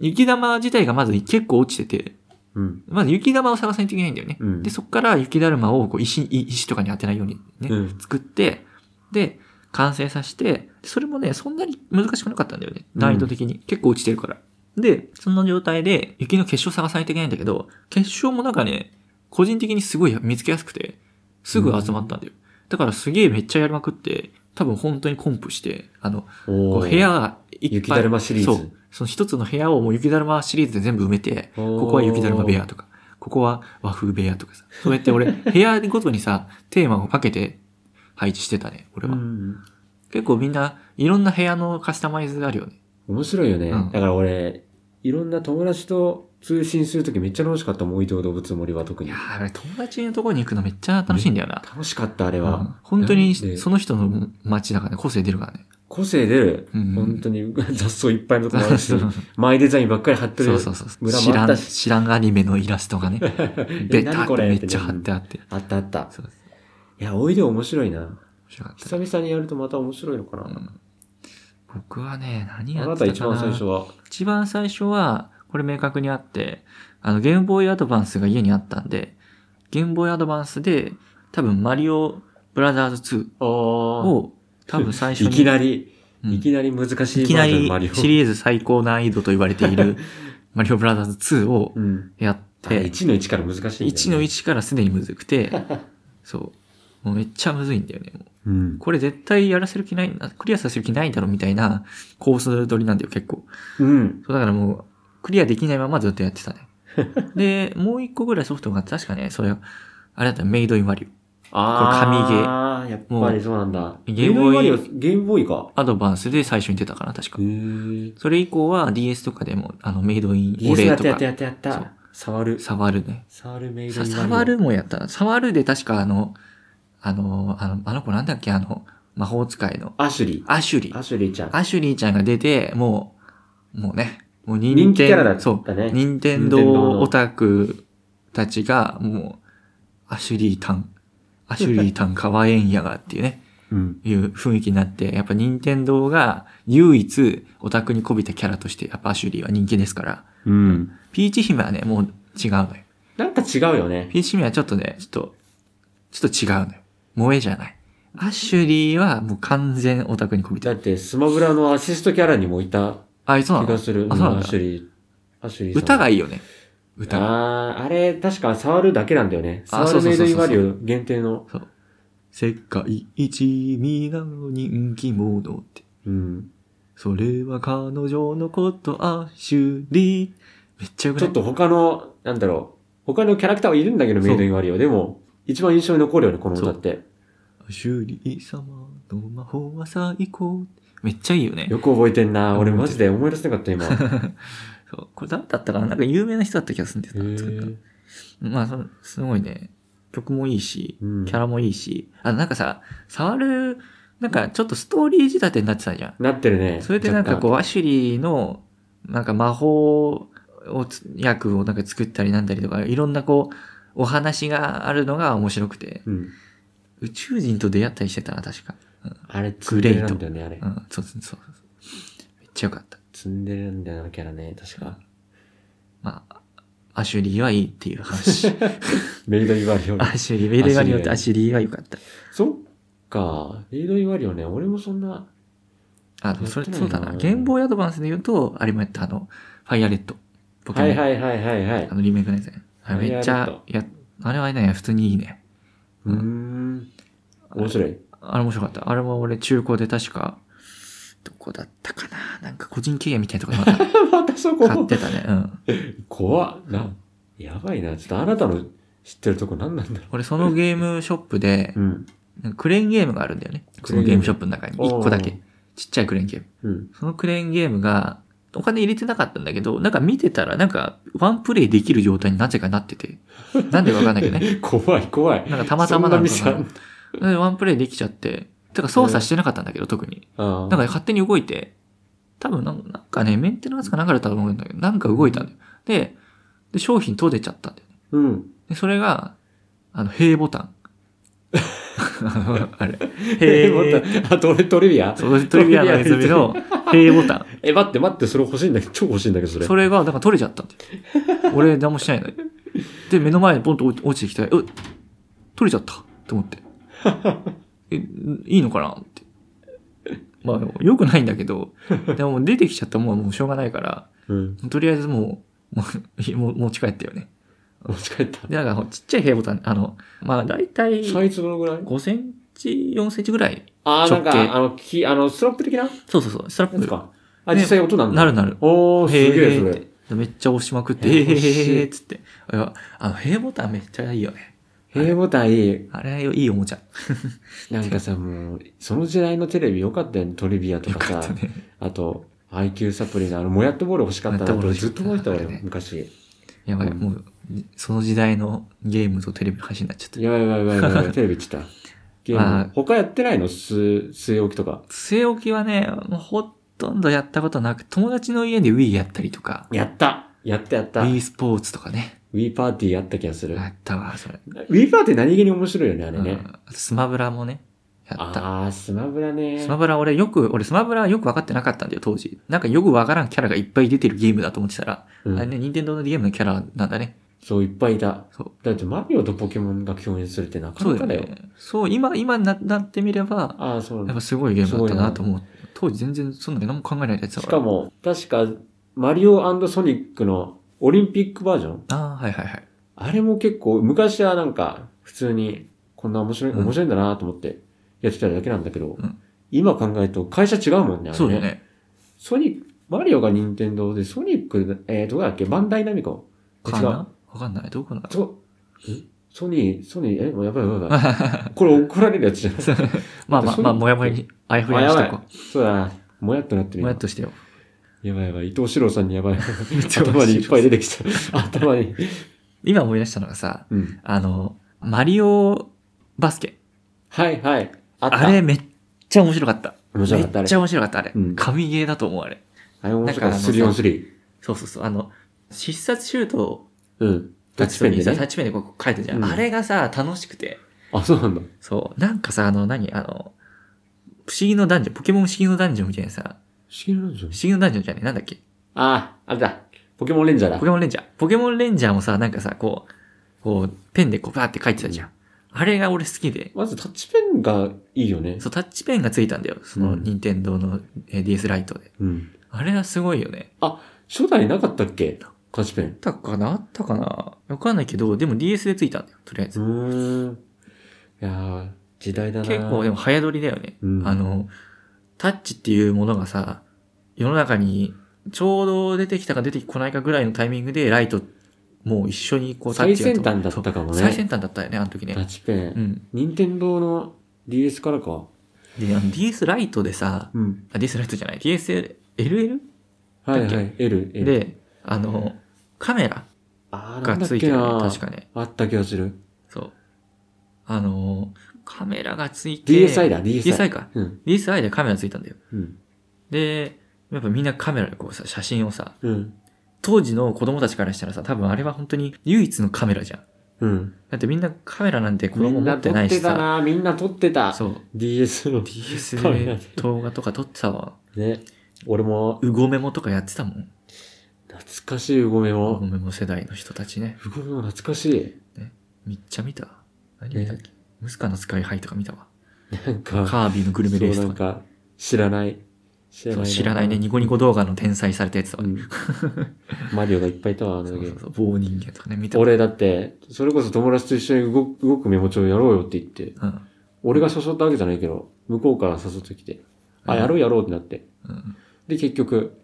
Speaker 2: 雪玉自体がまず結構落ちてて、
Speaker 1: うん。
Speaker 2: まず雪玉を探さないといけないんだよね。
Speaker 1: うん
Speaker 2: で、そっから雪だるまをこう石、い石とかに当てないようにね、
Speaker 1: うん
Speaker 2: 作って、で、完成させて、それもね、そんなに難しくなかったんだよね。難易度的に。結構落ちてるから。で、その状態で雪の結晶探さないといけないんだけど、結晶もなんかね、個人的にすごい見つけやすくて、すぐ集まったんだよ。だからすげえめっちゃやりまくって、多分本当にコンプして、あの、こ
Speaker 1: お
Speaker 2: う部屋がいっぱい。
Speaker 1: 雪だるまシリーズ
Speaker 2: そう。その一つの部屋をもう雪だるまシリーズで全部埋めて、
Speaker 1: おー
Speaker 2: ここは雪だるま部屋とか、ここは和風部屋とかさ。そうやって 俺、部屋ごとにさ、テーマを分けて配置してたね、俺は。
Speaker 1: うん
Speaker 2: 結構みんないろんな部屋のカスタマイズがあるよね。
Speaker 1: 面白いよね、
Speaker 2: うん
Speaker 1: だから俺いろんな友達と通信するときめっちゃ楽しかったもんおいでよ動物の森は特
Speaker 2: い
Speaker 1: に
Speaker 2: やー、あれ友達のところに行くのめっちゃ楽しいんだよな。
Speaker 1: 楽しかったあれ
Speaker 2: うん
Speaker 1: は、
Speaker 2: 本当に
Speaker 1: で
Speaker 2: その人の街だからね、個性出るからね。
Speaker 1: 個性出る、
Speaker 2: うん
Speaker 1: 本当に 雑草いっぱいのとこもあるし
Speaker 2: そう
Speaker 1: マイデザインばっかり貼って
Speaker 2: そ
Speaker 1: る
Speaker 2: うそうそう。
Speaker 1: 村
Speaker 2: 知
Speaker 1: もあ
Speaker 2: ら
Speaker 1: っ
Speaker 2: ん、
Speaker 1: たし
Speaker 2: 知らんアニメのイラストが ね、ベタ
Speaker 1: 何
Speaker 2: って
Speaker 1: これ
Speaker 2: めっちゃ貼ってあって。
Speaker 1: あったあった
Speaker 2: そうです。
Speaker 1: いやおいでよ面白いな
Speaker 2: 面白かった。
Speaker 1: 久々にやるとまた面白いのかな、
Speaker 2: うん僕はね、何や
Speaker 1: あ
Speaker 2: ってた
Speaker 1: な
Speaker 2: か
Speaker 1: た
Speaker 2: な
Speaker 1: 一番最初。は、
Speaker 2: 一番最初は、これ明確にあって、あの、ゲームボーイアドバンスが家にあったんで、ゲームボーイアドバンスで、多分マリオブラザーズ
Speaker 1: ああ、
Speaker 2: 2を、多分最初
Speaker 1: い
Speaker 2: に。
Speaker 1: きなり、
Speaker 2: うん
Speaker 1: いきなり難しいバージ
Speaker 2: いきな
Speaker 1: ョン
Speaker 2: り
Speaker 1: マリオ。
Speaker 2: シリーズ最高難易度と言われているマリオブラザーズ2を
Speaker 1: うん。
Speaker 2: やっ
Speaker 1: あ
Speaker 2: て、
Speaker 1: 1の1から難しいんだよね。
Speaker 2: 1の。1からすでにむずく て、そう。もうめっちゃむずいんだよね。もう
Speaker 1: うん。
Speaker 2: これ絶対やらせる気ないな、クリアさせる気ないだろみたいなコース取りなんだよ、結構。
Speaker 1: うん。
Speaker 2: そうだからもう、クリアできないままずっとやってたね。 で、もう1個ぐらいソフトがあって、確かね、それ、あれだったメイドインマリ
Speaker 1: ああ、やっぱりそうなんだ。
Speaker 2: ゲームボーイ
Speaker 1: ゲームボーイ。ゲームボーイか。
Speaker 2: オ。アドバンスで最初に出たかな、確か
Speaker 1: へ。え。
Speaker 2: それ以降は DS とかでも、あの、メイドインお
Speaker 1: DS や
Speaker 2: 礼
Speaker 1: っ
Speaker 2: と
Speaker 1: たやったや
Speaker 2: か、
Speaker 1: ったやっ
Speaker 2: そう
Speaker 1: た。触る。
Speaker 2: 触るね。
Speaker 1: 触るメイド
Speaker 2: さ
Speaker 1: インマリオ。
Speaker 2: 触るもやったな。触るで確かあの、あの、あの、あの子なんだっけあの、魔法使いの、
Speaker 1: アシュリ
Speaker 2: アシュリ
Speaker 1: ー。ア
Speaker 2: ー。
Speaker 1: シュリーちゃん。
Speaker 2: アシュリーちゃんが出て、もう、もうね、もう任天
Speaker 1: 人気キャラだった
Speaker 2: そ
Speaker 1: ね。
Speaker 2: う、任天
Speaker 1: 任天堂
Speaker 2: 堂
Speaker 1: の
Speaker 2: オタクたちが、もう、アシュリータン、アシュリータンかわえんやがっていうね、
Speaker 1: うん。
Speaker 2: いう雰囲気になって、やっぱ任天堂が唯一オタクに媚びたキャラとして、やっぱアシュリーは人気ですから、
Speaker 1: うん。
Speaker 2: ピーチ姫はね、もう違うのよ。
Speaker 1: なんか違うよね。
Speaker 2: ピーチミはちょっとね、ちょっと、ちょっと違うのよ。萌えじゃない。アシュリーはもう完全オタクにこびて
Speaker 1: だ
Speaker 2: る。
Speaker 1: って、スマブラのアシストキャラにもいた
Speaker 2: あ、そう
Speaker 1: 気
Speaker 2: なの
Speaker 1: がする。
Speaker 2: あそうなんだ
Speaker 1: アシュリー。アシュリーさん。
Speaker 2: 歌がいいよね。歌が。
Speaker 1: ああ、あれ、確か触るだけなんだよね。
Speaker 2: あ
Speaker 1: 触
Speaker 2: そう
Speaker 1: る
Speaker 2: そう
Speaker 1: メイ
Speaker 2: そ
Speaker 1: ド
Speaker 2: うそう
Speaker 1: インワリオ限定の。
Speaker 2: そう。世界一皆の人気者って。
Speaker 1: うん。
Speaker 2: それは彼女のこと、アシュリー。めっちゃよく
Speaker 1: ち
Speaker 2: ない
Speaker 1: ょっと他の、なんだろう。他のキャラクターはいるんだけど、
Speaker 2: そう
Speaker 1: メイドインワリオ。でも、一番印象に残るよね、この歌って。
Speaker 2: アシュリー様の魔法は最高。めっちゃいいよね。
Speaker 1: よく覚えてんな。
Speaker 2: うん
Speaker 1: 俺マジで思い出せなか った、今。へ
Speaker 2: そうこれ誰だったかななんか有名な人だった気がするんですよ。作った
Speaker 1: ー
Speaker 2: まあその、すごいね、曲もいいし、
Speaker 1: うん
Speaker 2: キャラもいいし、あ、なんかさ、触る、なんかちょっとストーリー仕立てになってたじゃん。
Speaker 1: なってるね。
Speaker 2: それでなんかこ
Speaker 1: 若
Speaker 2: う、アシュリーの、なんか魔法をつ、役をなんか作ったりなんだりとか、いろんなこう、お話があるのが面白くて、
Speaker 1: 干。うん。
Speaker 2: 宇宙人と出会ったりしてたな、確か。
Speaker 1: あれ、ツンデレなんだよね、あれ
Speaker 2: う。ん、そうそうそうそう。めっちゃよかった。
Speaker 1: ツンデレなんだよな、キャラね。確か。
Speaker 2: まあ、アシュリーはいいっていう話。
Speaker 1: メイドインワリオ。
Speaker 2: アシュリー、ベルガリオとアシュリーは良かった。
Speaker 1: そっか。メイドインワリオね、俺もそんな、
Speaker 2: あ、でもそれ、
Speaker 1: やって
Speaker 2: そ
Speaker 1: な
Speaker 2: う
Speaker 1: いな
Speaker 2: だな。ゲームボーイアドバンスで言うと、あれもやった、あの、ファイアレッド。ポケモ
Speaker 1: は
Speaker 2: ン。
Speaker 1: いはいはいはいはい
Speaker 2: あ。の、リメイクのやつね。あれめっち
Speaker 1: ファイアレッ
Speaker 2: ゃ
Speaker 1: ド、
Speaker 2: いや、あれはね、普通にいいね。
Speaker 1: うーん。面白い。
Speaker 2: あれ面白かった。あれも俺、中古で確か、どこだったかななんか個人経営みたいなところ で
Speaker 1: またそ
Speaker 2: また買ってたね。うん。
Speaker 1: 怖っ。な、やばいな。ちょっとあなたの知ってるとこ何なんだろ
Speaker 2: 俺、そのゲームショップで
Speaker 1: う。、ん。
Speaker 2: なんかクレーンゲームがあるんだよね。
Speaker 1: ク
Speaker 2: そ
Speaker 1: レーン
Speaker 2: の
Speaker 1: ゲ
Speaker 2: ゲ
Speaker 1: ーム
Speaker 2: ームショップの中に。1個だけ。ちっちゃいクレーンゲーム。
Speaker 1: うん。
Speaker 2: そのクレーンゲームが、お金入れてなかったんだけど、なんか見てたら、なんか、ワンプレイできる状態になぜかなっ てて。なんでかわかんないけどね。
Speaker 1: 怖い怖い。
Speaker 2: なんかたまたまなの
Speaker 1: そん
Speaker 2: か
Speaker 1: なミ
Speaker 2: な。でワンプレイできちゃって。てか操作してなかったんだけど、特に。
Speaker 1: あ
Speaker 2: なんか勝手に動いて、多分なんなんかね、メンテナンスかなんかだったと思うんだけど、なんか動いたんだよ。で、で商品取れちゃったんだよね。
Speaker 1: うん。
Speaker 2: で、それが、あの、平ボタン。 あれ。平ボタン。
Speaker 1: ン。あと俺トリビア
Speaker 2: そうトリビアのネズミの平ボタン。
Speaker 1: え、待って待って、それ欲しいんだけど、超欲しいんだけど、それ。
Speaker 2: それが、なんか取れちゃったんだよ。俺、何もしないのに。で、目の前にポンと落ちてきて、え、取れちゃったと思って。 え、いいのかなって。まあ、よくないんだけど、でももう出てきちゃったもんはもうしょうがないから、
Speaker 1: うん。
Speaker 2: とりあえずもう、もう、 もう持ち帰ったよね。
Speaker 1: 持ち帰った。
Speaker 2: で、なんか、ちっちゃい平ボタン、あの、まあ、だいたい
Speaker 1: サ
Speaker 2: 5
Speaker 1: イズどのぐらい
Speaker 2: センチ、4センチぐらい。
Speaker 1: ああ、なん
Speaker 2: 直径
Speaker 1: か、あの、き、あの、スラップ的な
Speaker 2: そうそうそう、スラッ
Speaker 1: やつ
Speaker 2: プ。
Speaker 1: か。あ、
Speaker 2: ね
Speaker 1: 実際音なんだ。
Speaker 2: なるなる。
Speaker 1: おー、すげ
Speaker 2: へ
Speaker 1: え、そ
Speaker 2: ーっ
Speaker 1: れ。
Speaker 2: てめっちゃ押しまくって、
Speaker 1: えー
Speaker 2: へーへーへーへ
Speaker 1: 欲し
Speaker 2: ー
Speaker 1: い
Speaker 2: っつって。いやあの、平ボタンめっちゃいいよね。
Speaker 1: 平母体、
Speaker 2: あれ、いいおもちゃ。
Speaker 1: なんかさ、もう、その時代のテレビ良かったよね、トリビアと
Speaker 2: よ
Speaker 1: か
Speaker 2: かった
Speaker 1: さ。
Speaker 2: ね。
Speaker 1: あと、IQ サプリのあの、もやっとボール欲しかったな
Speaker 2: もやっと
Speaker 1: と、
Speaker 2: ボール欲
Speaker 1: ずっ
Speaker 2: しか
Speaker 1: と
Speaker 2: った
Speaker 1: 思ってた俺
Speaker 2: あれね、
Speaker 1: 昔。
Speaker 2: やばい、もう、その時代のゲームとテレビの話になっちゃった。
Speaker 1: やばいやばいやばいやば い、テレビ来た。ゲーム、
Speaker 2: まあ
Speaker 1: 他やってないのす、据え置きとか。
Speaker 2: 据え置きはね、もうほとんどやったことなく、友達の家で Wii やったりとか、
Speaker 1: やったやったやった。
Speaker 2: Wii
Speaker 1: Wii
Speaker 2: スポーツとかね。
Speaker 1: パーティーやった気がする
Speaker 2: や。ったわ、それ。
Speaker 1: Wii パーティー何気に面白いよね、あれ
Speaker 2: う
Speaker 1: ね
Speaker 2: ん。あとスマブラもね。やった。
Speaker 1: あー、スマブラね。
Speaker 2: スマブラ俺よく、俺スマブラよく分かってなかったんだよ、当時。なんかよくわからんキャラがいっぱい出てるゲームだと思ってたら、
Speaker 1: うん
Speaker 2: あれね、任天堂のゲームのキャラなんだね。
Speaker 1: そう、いっぱいいた。
Speaker 2: そう。
Speaker 1: だってマリオとポケモンが共演するってなか
Speaker 2: そ
Speaker 1: な
Speaker 2: う
Speaker 1: か
Speaker 2: だ
Speaker 1: だ
Speaker 2: よ
Speaker 1: よ。
Speaker 2: ね。そう、今、今にななってみれば、
Speaker 1: ああ、そう
Speaker 2: や
Speaker 1: な
Speaker 2: っ
Speaker 1: んだ
Speaker 2: ぱすごいゲームだったな
Speaker 1: す
Speaker 2: と
Speaker 1: ごい
Speaker 2: 思う。当時全然そんなの何も考えないやつだ
Speaker 1: し
Speaker 2: か
Speaker 1: か
Speaker 2: ら。
Speaker 1: も、確か、マリオソニックのオリンピックバージョン
Speaker 2: ああ、はいはいはい。
Speaker 1: あれも結構、昔はなんか、普通に、こんな面白い、
Speaker 2: うん
Speaker 1: 面白いんだなと思って、やってただけなんだけど、
Speaker 2: うん
Speaker 1: 今考えると会社違うもんね、あれ
Speaker 2: そうだよ。ね。
Speaker 1: ソニック、マリオがニンテンドーで、ソニック、えー、どこだっけバンダイナミコ。
Speaker 2: か
Speaker 1: 違う
Speaker 2: なわかんない。どこなんだ
Speaker 1: そ、えソニー、ソニー、え、もうやばいやばいやばい。これ怒られるやつじゃ ない
Speaker 2: まあ
Speaker 1: だって
Speaker 2: まあ、
Speaker 1: そ
Speaker 2: まあ、
Speaker 1: の
Speaker 2: もやもやに、あやふやにしておこ
Speaker 1: そうだな。もやっとなって
Speaker 2: う。
Speaker 1: る。今
Speaker 2: もやっ としてよ。
Speaker 1: やばいやばい。伊藤四郎さんに やばい。
Speaker 2: 郎
Speaker 1: 頭にいっぱい出てきた。頭に。
Speaker 2: 今思い出したのがさ、
Speaker 1: うん。
Speaker 2: あの、マリオバスケ。
Speaker 1: はいはい。あった。
Speaker 2: あれめっちゃ面白かった。
Speaker 1: 面白かったあれ
Speaker 2: めっちゃ面白かった、あれ
Speaker 1: うん。
Speaker 2: 神ゲーだと思う、あれ。
Speaker 1: あれ面白かった。
Speaker 2: なんかあの
Speaker 1: 3on3。
Speaker 2: そうそうそう。あの、必殺シュートを
Speaker 1: うん。タッチペン
Speaker 2: さ
Speaker 1: で
Speaker 2: タッ
Speaker 1: ね。
Speaker 2: チペンでこう書いてるじゃん。
Speaker 1: うん
Speaker 2: あれがさ、楽しくて。
Speaker 1: あ、そうなんだ。
Speaker 2: そう。なんかさ、あの、何あの、不思議のダンジョン、ポケモン不思議のダンジョンみたいなさ、
Speaker 1: シゲルなんじゃん
Speaker 2: 不。思議のダンジョンじゃねえなんだっけ
Speaker 1: あ、あれだ。ポケモンレンジャーだ
Speaker 2: ポケ。モンレンジャー。ポケモンレンジャーもさ、なんかさ、こう、こう、ペンでこう、バーって書いてたじゃん。あれが俺好きで。
Speaker 1: まずタッチペンがいいよね。
Speaker 2: そう、タッチペンがついたんだよ。その、
Speaker 1: うん
Speaker 2: 任天堂のえー DS ライトで。
Speaker 1: うん。
Speaker 2: あれはすごいよね。
Speaker 1: 初代なかったっけタッチペン
Speaker 2: あっ。たかなあったかなわかんないけど、でも DS でついたんだよ、とりあえ
Speaker 1: う
Speaker 2: ず。
Speaker 1: ーん。いやー、時代だな
Speaker 2: 結構でも早撮りだよね。
Speaker 1: うん
Speaker 2: あの、タッチっていうものがさ、世の中にちょうど出てきたか出てこないかぐらいのタイミングでライトもう一緒にこうタッ
Speaker 1: 最
Speaker 2: チが
Speaker 1: 先端だったかもね。
Speaker 2: 最先端だったよね、あの時ね
Speaker 1: タ。ッチペ
Speaker 2: う
Speaker 1: ン。
Speaker 2: ん。
Speaker 1: 任天堂の DS からか。
Speaker 2: で、あの DS ライトでさ、
Speaker 1: うん。
Speaker 2: あ、DS ライトじゃない、DSLL?
Speaker 1: はい
Speaker 2: だ
Speaker 1: は
Speaker 2: っ
Speaker 1: い。L、L。、
Speaker 2: で、あの、カメラ
Speaker 1: あー、な
Speaker 2: が
Speaker 1: んだっ
Speaker 2: つい
Speaker 1: け
Speaker 2: てる
Speaker 1: な
Speaker 2: ね、確かね。
Speaker 1: あった気がする。
Speaker 2: そう。あの、カメラがついて、
Speaker 1: DSi だ、DSi。
Speaker 2: DSi か。
Speaker 1: うん。
Speaker 2: DSi でカメラついたんだよ。
Speaker 1: うん。
Speaker 2: で、やっぱみんなカメラでこうさ、写真をさ、
Speaker 1: うん。
Speaker 2: 当時の子供たちからしたらさ、多分あれは本当に唯一のカメラじゃん。
Speaker 1: うん。
Speaker 2: だってみんなカメラなんて子
Speaker 1: み
Speaker 2: 供
Speaker 1: ん
Speaker 2: 持
Speaker 1: な
Speaker 2: って
Speaker 1: 撮
Speaker 2: な
Speaker 1: っ
Speaker 2: いして
Speaker 1: た
Speaker 2: さ。
Speaker 1: なみんな撮ってた。
Speaker 2: そう。
Speaker 1: DS の。
Speaker 2: DS
Speaker 1: カメラ
Speaker 2: で動画とか撮ってたわ。
Speaker 1: ね。俺も、
Speaker 2: うごめもとかやってたもん。
Speaker 1: 懐かしいうごめ
Speaker 2: うご
Speaker 1: も。
Speaker 2: めも世代の人たちね。
Speaker 1: うごめも懐かしい。
Speaker 2: めっちゃ見た。何見たっけムスカのスカイハイとか見たわ。
Speaker 1: なんか、
Speaker 2: カービィのグルメレー
Speaker 1: そう
Speaker 2: ス
Speaker 1: な
Speaker 2: と
Speaker 1: ん
Speaker 2: か。
Speaker 1: か、知らない。知
Speaker 2: そう知らないね、ニコニコ動画の転載されたやつだ
Speaker 1: う
Speaker 2: わ。
Speaker 1: ん。マリオがいっぱいいたわ、あの
Speaker 2: そう
Speaker 1: 時
Speaker 2: そうそう、棒人間とかね、見た。
Speaker 1: 俺だって、それこそ友達と一緒に動く動くメモ帳やろうよって言って、
Speaker 2: うん。
Speaker 1: 俺が誘ったわけじゃないけど、向こうから誘ってきて、あ、
Speaker 2: うん
Speaker 1: やろうやろうってなって。
Speaker 2: うん。
Speaker 1: で、結局、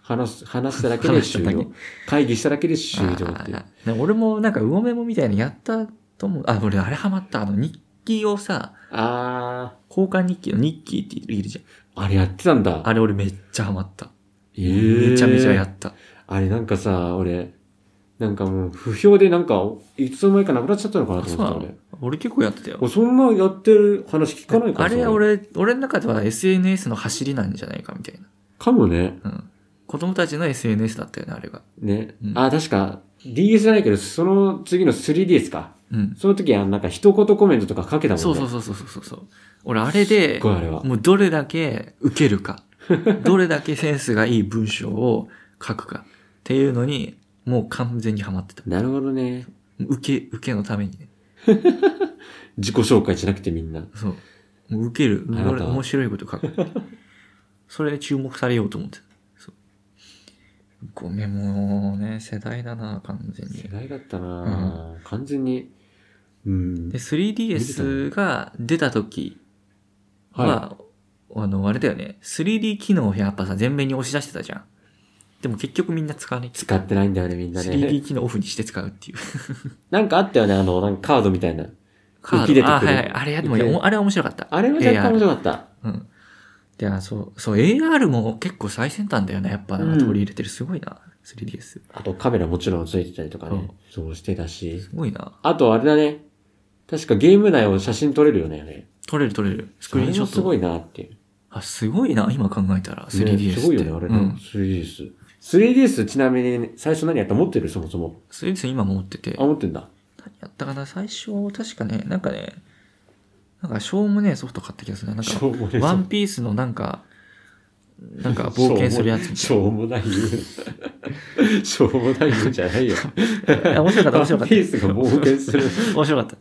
Speaker 1: 話す、話しただけで終
Speaker 2: 話しただ
Speaker 1: 了。会議しただけで終了っていう。
Speaker 2: あーね俺もなんか、ウオメモみたいにやったと思う。あ、俺、あれハマった。あの、日記をさ、
Speaker 1: あ
Speaker 2: 交換日記の日記っているじゃ
Speaker 1: ー、あれやってたんだ
Speaker 2: ん。。あれ、俺めっちゃハマった。
Speaker 1: えー
Speaker 2: めちゃめちゃやった。
Speaker 1: あれなんかさ、俺、なんかもう、不評でなんか、いつの間にかなくなっちゃったのかなと
Speaker 2: そう
Speaker 1: 思っ
Speaker 2: な
Speaker 1: てた
Speaker 2: の
Speaker 1: 俺。
Speaker 2: 俺結構やってたよ。
Speaker 1: 俺そんなやってる話聞かないから
Speaker 2: あ
Speaker 1: さ
Speaker 2: れ、。俺、俺の中では SNS の走りなんじゃないかみたいな。
Speaker 1: かもね。
Speaker 2: うん。子供たちの SNS だったよね、あれが。
Speaker 1: ね。
Speaker 2: うん
Speaker 1: あ、確か、DS じゃないけど、その次の 3DS か。
Speaker 2: うん。
Speaker 1: その時はなんか一言コメントとか書けたもんね。
Speaker 2: そうそうそうそうそうそう。俺、あれです
Speaker 1: っ、ごいあれは。
Speaker 2: もうどれだけ受けるか、 どれだけセンスがいい文章を書くかっていうのに、もう完全にハマってた。
Speaker 1: なるほどね。
Speaker 2: 受け、受けのためにね。
Speaker 1: 自己紹介じゃなくてみんな。
Speaker 2: そう。もう受ける。
Speaker 1: あなたは
Speaker 2: 俺面白いこと書く。 それで注目されようと思ってた。そう。ごめん、もうね、世代だな、完全
Speaker 1: 世
Speaker 2: に。
Speaker 1: 代だったな、ぁ完全に。うん
Speaker 2: で、。3DS が出た時は、
Speaker 1: は
Speaker 2: あの、あれだよね、3D 機能をやっぱさ、前面に押し出してたじゃん。でも結局みんな使わない。
Speaker 1: い。使ってないんだよね、みんなね。
Speaker 2: 3D 機能オフにして使うっていう。
Speaker 1: なんかあったよね、あの、なんかカードみたいな。 浮き出てくる
Speaker 2: あ、はいはい。あれや、でも
Speaker 1: 浮き出て
Speaker 2: おあれは面白かった。
Speaker 1: あれは若干面白かった。
Speaker 2: うん。で、あ、そう、そう、AR も結構最先端だよね。やっぱ、
Speaker 1: うん
Speaker 2: 取り入れてる。すごいな。3DS。す
Speaker 1: あとカメラもちろんついてたりとかね。そうしてたし。
Speaker 2: ごいな。
Speaker 1: あとあれだね。確かゲーム内を写真撮れるよね、あれ。
Speaker 2: 取れる取れる。スクリーンショット。
Speaker 1: それもすごいなっていう。
Speaker 2: あ、すごいな。今考えたら、3DS って、
Speaker 1: ねすごいよね、あれね。
Speaker 2: うん。
Speaker 1: 3DS。3DS ちなみに、最初何やった持ってるそもそも。
Speaker 2: 3DS 今持ってて。
Speaker 1: あ、
Speaker 2: 何
Speaker 1: 持ってんだ。
Speaker 2: やったかな最初、確かね、なんかね、なんか、しょうもねえソフト買った気がするな。なん
Speaker 1: し
Speaker 2: か
Speaker 1: ょ、うもねえ
Speaker 2: ワンピースのなんか、なんか冒険するや つみ
Speaker 1: した
Speaker 2: い
Speaker 1: ょうもない言う。しょうもない言うんじゃないよ。
Speaker 2: な。 いや面白かった、面白か
Speaker 1: ワ
Speaker 2: っ
Speaker 1: ン
Speaker 2: た。
Speaker 1: ピースが冒険する。
Speaker 2: 面白かった。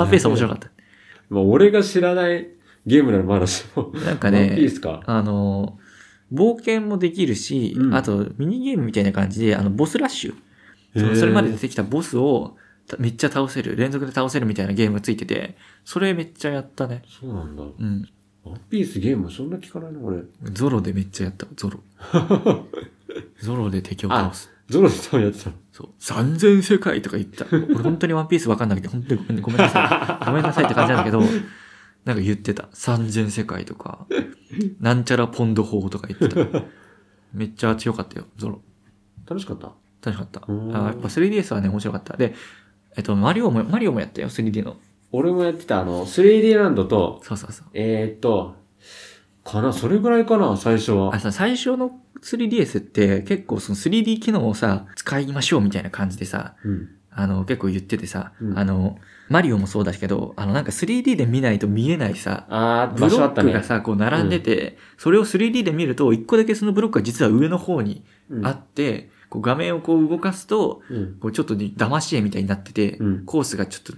Speaker 2: ワンピース面白かった。
Speaker 1: まあ、俺が知らないゲームならまだしも。
Speaker 2: なんか
Speaker 1: ワンピー
Speaker 2: ね、
Speaker 1: スか。
Speaker 2: あの、冒険もできるし、
Speaker 1: うん
Speaker 2: あとミニゲームみたいな感じで、あの、ボスラッシュ。その
Speaker 1: へー
Speaker 2: それまで出てきたボスをためっちゃ倒せる、連続で倒せるみたいなゲームついてて、それめっちゃやったね。
Speaker 1: そうなんだ。
Speaker 2: うん。
Speaker 1: ワンピースゲームそんな聞かないの俺。
Speaker 2: ゾロでめっちゃやった、ゾ ロ。ゾロで敵を倒す。
Speaker 1: ゾロさんやってたの。
Speaker 2: そう。残全世界とか言った。俺本当にワンピースわかんなくて、本当に ごめんごめんなさい。ごめんなさいって感じなんだけど、なんか言ってた。三千世界 とか、なんちゃらポンド法とか言ってた。めっちゃ強かったよ、ゾロ。
Speaker 1: 楽しかった。
Speaker 2: 楽しかった。あ
Speaker 1: おー
Speaker 2: ーやっぱ 3DS はね、面白かった。で、えっと、マリオも、マリオもやったよ、3D の。
Speaker 1: 俺もやってた、あの、3D ランドと、
Speaker 2: そうそうそう。
Speaker 1: えー、っと、かな、それぐらいかな、最初
Speaker 2: あ
Speaker 1: は。
Speaker 2: さ、最初の 3DS って結構その 3D 機能をさ、使いましょうみたいな感じでさ、
Speaker 1: うん。
Speaker 2: あの、結構言っててさ、
Speaker 1: うん
Speaker 2: あの、マリオもそうだけど、あの、なんか 3D で見ないと見えないさ、
Speaker 1: あー、
Speaker 2: ブロ
Speaker 1: 場所あっ
Speaker 2: ッ
Speaker 1: た
Speaker 2: ク
Speaker 1: ね。
Speaker 2: がさ、こう並んでて、それを 3D で見ると、一個だけそのブロックが実は上の方に
Speaker 1: うん
Speaker 2: あって、こう画面をこう動かすと、
Speaker 1: うん。
Speaker 2: こうちょっとに騙し絵みたいになってて、
Speaker 1: うん
Speaker 2: コースがちょっと